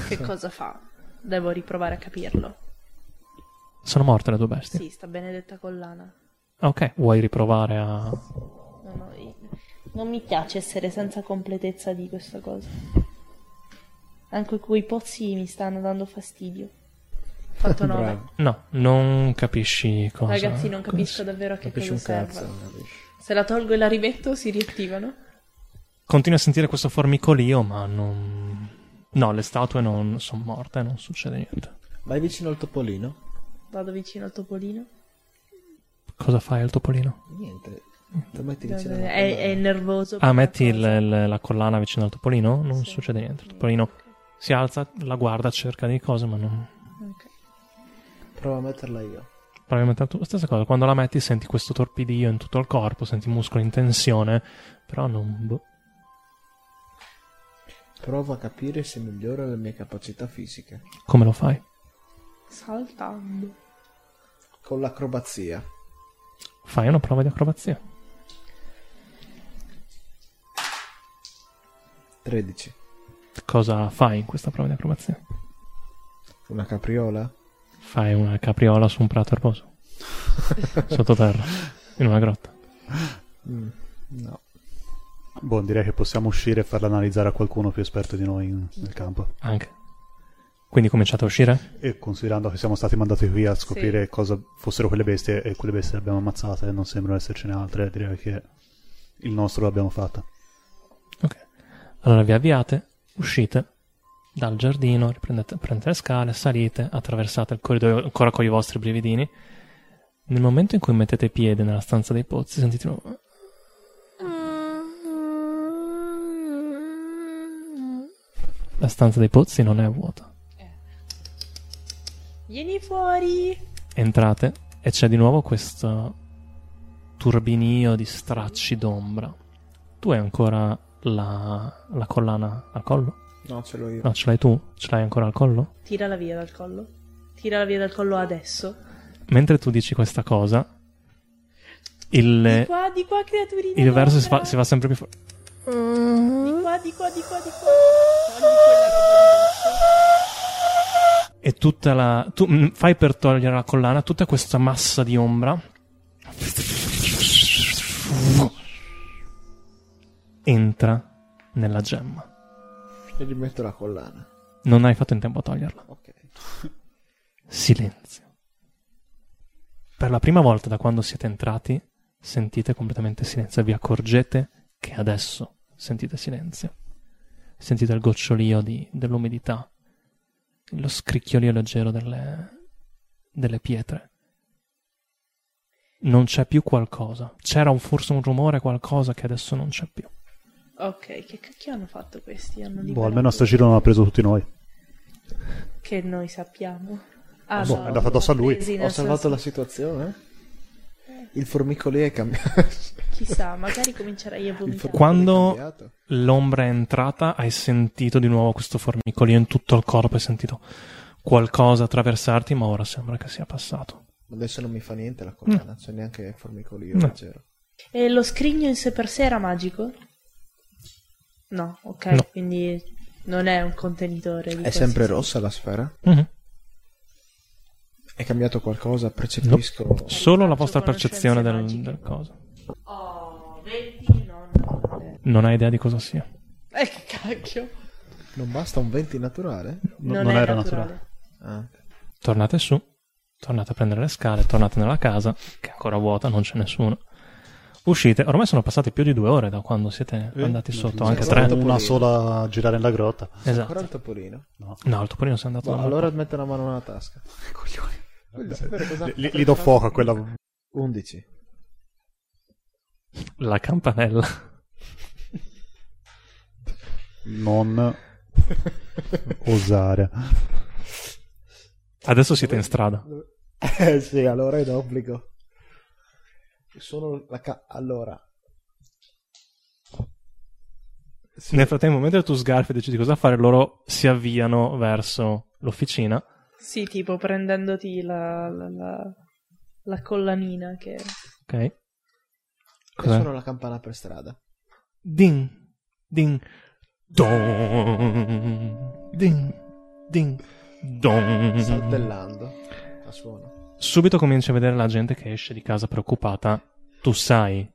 che cosa fa? Devo riprovare a capirlo. Sono morte le due bestie. Sì, sta benedetta collana. Ah, Ok, vuoi riprovare a. No, no, i- non mi piace essere senza completezza di questa cosa. Anche quei pozzi mi stanno dando fastidio. Ho Fatto 9. Bravo. No, non capisci cosa. Ragazzi, non cosa- capisco davvero a che Capisci cosa un cazzo. servono. non capisci. Se la tolgo e la rimetto si riattivano. Continui a sentire questo formicolio, ma non. No, le statue non sono morte, non succede niente. Vai vicino al topolino? Vado vicino al topolino. Cosa fai al topolino? Niente. Lo metti È, vicino al è nervoso. Ah, per metti il- qualcosa. il- la collana vicino al topolino? Non Sì. succede niente. Il topolino si alza, la guarda, cerca di cose, ma non. Ok. Prova a metterla io. Provi a metterla tu- Stessa cosa, quando la metti senti questo torpidio in tutto il corpo, senti i muscoli in tensione, però non. boh. Prova a capire se migliora le mie capacità fisiche. Come lo fai? Saltando. Con l'acrobazia. Fai una prova di acrobazia. 13. Cosa fai in questa prova di acrobazia? Una capriola? Fai una capriola su un prato erboso. Sottoterra, in una grotta. No. Boh, direi che possiamo uscire e farla analizzare a qualcuno più esperto di noi in- nel campo. Anche. Quindi cominciate a uscire? E considerando che siamo stati mandati qui a scoprire cosa fossero quelle bestie e quelle bestie le abbiamo ammazzate e non sembrano essercene altre, direi che il nostro l'abbiamo fatta. Ok. Allora vi avviate, uscite dal giardino, riprendete prendete le scale, salite, attraversate il corridoio ancora con i vostri brividini. Nel momento in cui mettete piede nella stanza dei pozzi, sentite un... La stanza dei pozzi non è vuota. Vieni fuori! Entrate e c'è di nuovo questo turbinio di stracci d'ombra. Tu hai ancora la, la collana al collo? No, ce l'ho io. No, ce l'hai tu? Ce l'hai ancora al collo? Tirala via dal collo. Tirala via dal collo adesso. Mentre tu dici questa cosa, il, eh, Di qua, di qua, creaturina! il verso si povera. fa, si fa sempre più forte. Di qua, di qua, di qua, di qua. Togli quella roba E tutta la. Tu mm, fai per togliere la collana, tutta questa massa di ombra. Entra nella gemma. E gli metto la collana. Non hai fatto in tempo a toglierla. Ok. Silenzio. Per la prima volta da quando siete entrati sentite completamente silenzio e vi accorgete che adesso sentite silenzio. Sentite il gocciolio di- dell'umidità, lo scricchiolio leggero delle, delle pietre. Non c'è più qualcosa. C'era un- forse un rumore, qualcosa che adesso non c'è più. dentro. Ok, che cacchio hanno fatto questi? Hanno Boh, liberato almeno a sto giro non ha preso tutti noi. Che noi sappiamo. Ah, Boh, no, è andato addosso a lui. presi Ho nel salvato senso- Eh. la situazione. Il formicolio è cambiato. Chissà, magari comincerai a Il vomitare. formicolio Quando- è cambiato. l'ombra è entrata, hai sentito di nuovo questo formicolio in tutto il corpo, hai sentito qualcosa attraversarti, ma ora sembra che sia passato. Adesso non mi fa niente la collana, c'è neanche il formicolio No. leggero. E lo scrigno in sé per sé era magico? No, ok, No. quindi non è un contenitore. Di È sempre qualsiasi- rossa la sfera? Mhm. È cambiato qualcosa? Percepisco. Solo la vostra Conoscenze percezione del, magiche. del coso. Oh, 20, no, no. Non hai idea di cosa sia. Eh, che cacchio. Non basta un 20 naturale? N- Non, era Ah. Tornate su, tornate a prendere le scale, tornate nella casa, che è ancora vuota, non c'è nessuno. Uscite, ormai sono passate più di due ore da quando siete andati sotto, anche Esatto. tre. Tanto Una pulito. sola a girare nella grotta. Ancora Esatto. il topolino. No, il topolino si è andato. Boh, da- allora metto la mano nella tasca. Voglio sapere cosa ha Li, fatto li do il fuoco a quella. 11. La campanella. Non osare. Adesso siete in strada. Eh sì, allora è d'obbligo. Sono la ca- allora. Sì. Nel frattempo, mentre tu sgarfi e decidi cosa fare, loro si avviano verso l'officina. Sì, tipo prendendoti la, la, la, la collanina che... Ok. e Cos'è? Sono la campana per strada. Ding, ding, don, ding, ding, don. Saltellando a suono. Subito cominci a vedere la gente che esce di casa preoccupata. Tu sai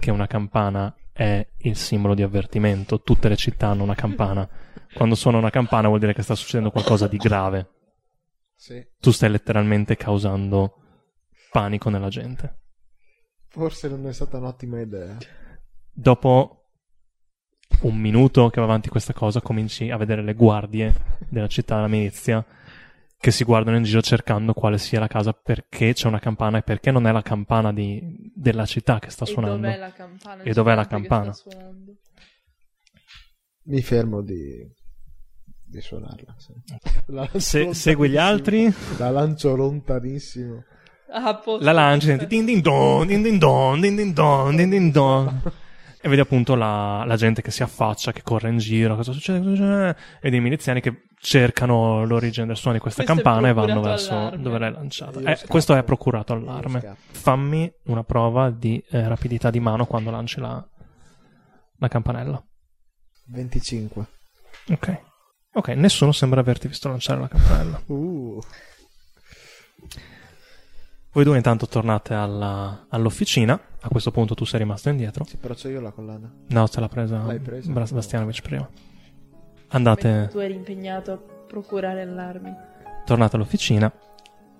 che una campana è il simbolo di avvertimento. Tutte le città hanno una campana. Quando suona una campana vuol dire che sta succedendo qualcosa di grave. Sì, Tu stai letteralmente causando panico nella gente. forse non è stata un'ottima idea. dopo un minuto che va avanti questa cosa, cominci a vedere le guardie della città della milizia che si guardano in giro cercando quale sia la casa, perché c'è una campana e perché non è la campana di- della città che sta E suonando. dov'è la campana? E dov'è la gigante che campana? sta suonando? Mi fermo di, di suonarla. sì. La lancio Se- segui gli lontanissimo. altri, La lancio lontanissimo. Ah, a posto. la lanci, senti din din don, din din don, din din don, din din don. E vedi appunto la, la gente che si affaccia, che corre in giro, cosa succede, cosa succede? E dei miliziani che cercano l'origine del suono di questa Questo è campana e vanno procurato verso allarme. dove l'hai lanciata. Io Eh, scappo. questo è procurato Io allarme. scappo. Fammi una prova di eh, rapidità di mano quando lanci la, la campanella. 25. Ok. Ok, nessuno sembra averti visto lanciare la campanella. Uh. Voi due intanto tornate alla- all'officina. A questo punto tu sei rimasto indietro. Sì, però c'ho io la collana. No, te l'ha presa, L'hai presa? Bra- Bastianovic prima. Andate, Tu eri impegnato a procurare allarmi. tornate all'officina.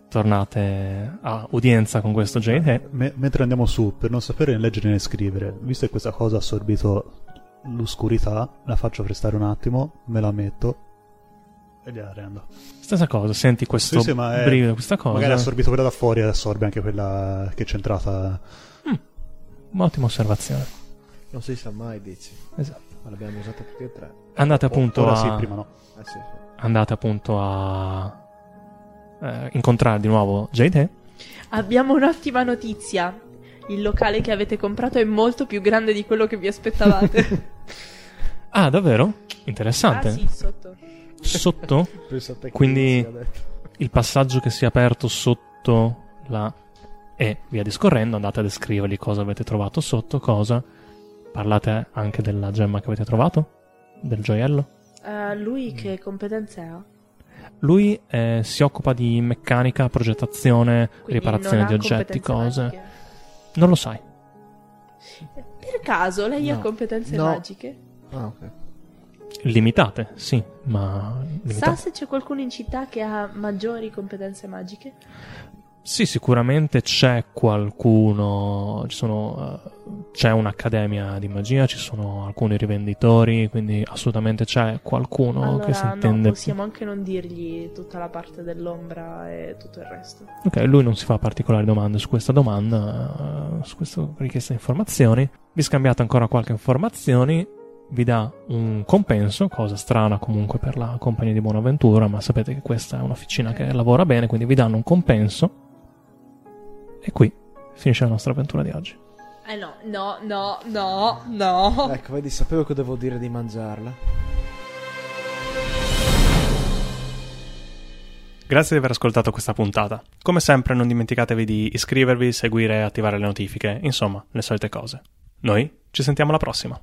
Tornate a udienza con questo Jane Hay. Me- mentre andiamo su, per non sapere né leggere né scrivere, visto che questa cosa ha assorbito l'oscurità, la faccio prestare un attimo, me la metto e gliela rendo. Stessa cosa, senti questo Sì, sì, ma è- brivido, questa cosa. Magari ha assorbito quella da fuori e assorbe anche quella che c'è entrata. Ottima osservazione. Non si sa mai, dici. Esatto. Ma l'abbiamo usata tutti e tre. Andate appunto Ora a... sì, prima no. Ah, sì, sì. andate appunto a eh, incontrare di nuovo Jade. Abbiamo un'ottima notizia. Il locale che avete comprato è molto più grande di quello che vi aspettavate. Ah, davvero? ah Interessante. sì, sotto. Sotto Pensate che Quindi- si è detto. il passaggio che si è aperto sotto la e via discorrendo, andate a descrivergli cosa avete trovato sotto, cosa. Parlate anche della gemma che avete trovato, del gioiello. Eh, lui Mm. che competenze ha? Lui eh, si occupa di meccanica, progettazione, Quindi riparazione non di ha oggetti, competenze cose. magiche. Non lo sai. Per caso lei ha No. competenze No. magiche? Ah, ok. Limitate, sì, ma Sa limitate. se c'è qualcuno in città che ha maggiori competenze magiche? Sì, sicuramente c'è qualcuno, ci sono, eh, c'è un'accademia di magia, ci sono alcuni rivenditori, quindi assolutamente c'è qualcuno allora Oh, che si no, intende. possiamo anche non dirgli tutta la parte dell'ombra e tutto il resto. Ok, lui non si fa particolari domande su questa domanda, eh, su questa richiesta di informazioni. Vi scambiate ancora qualche informazione, vi dà un compenso, cosa strana comunque per la compagnia di Buonaventura, ma sapete che questa è un'officina che lavora bene, quindi vi danno un compenso. E qui finisce la nostra avventura di oggi. Eh no, no, no, no, no. Ecco, vedi, sapevo che devo dire di mangiarla. Grazie di aver ascoltato questa puntata. Come sempre non dimenticatevi di iscrivervi, seguire e attivare le notifiche, insomma, le solite cose. Noi ci sentiamo alla prossima.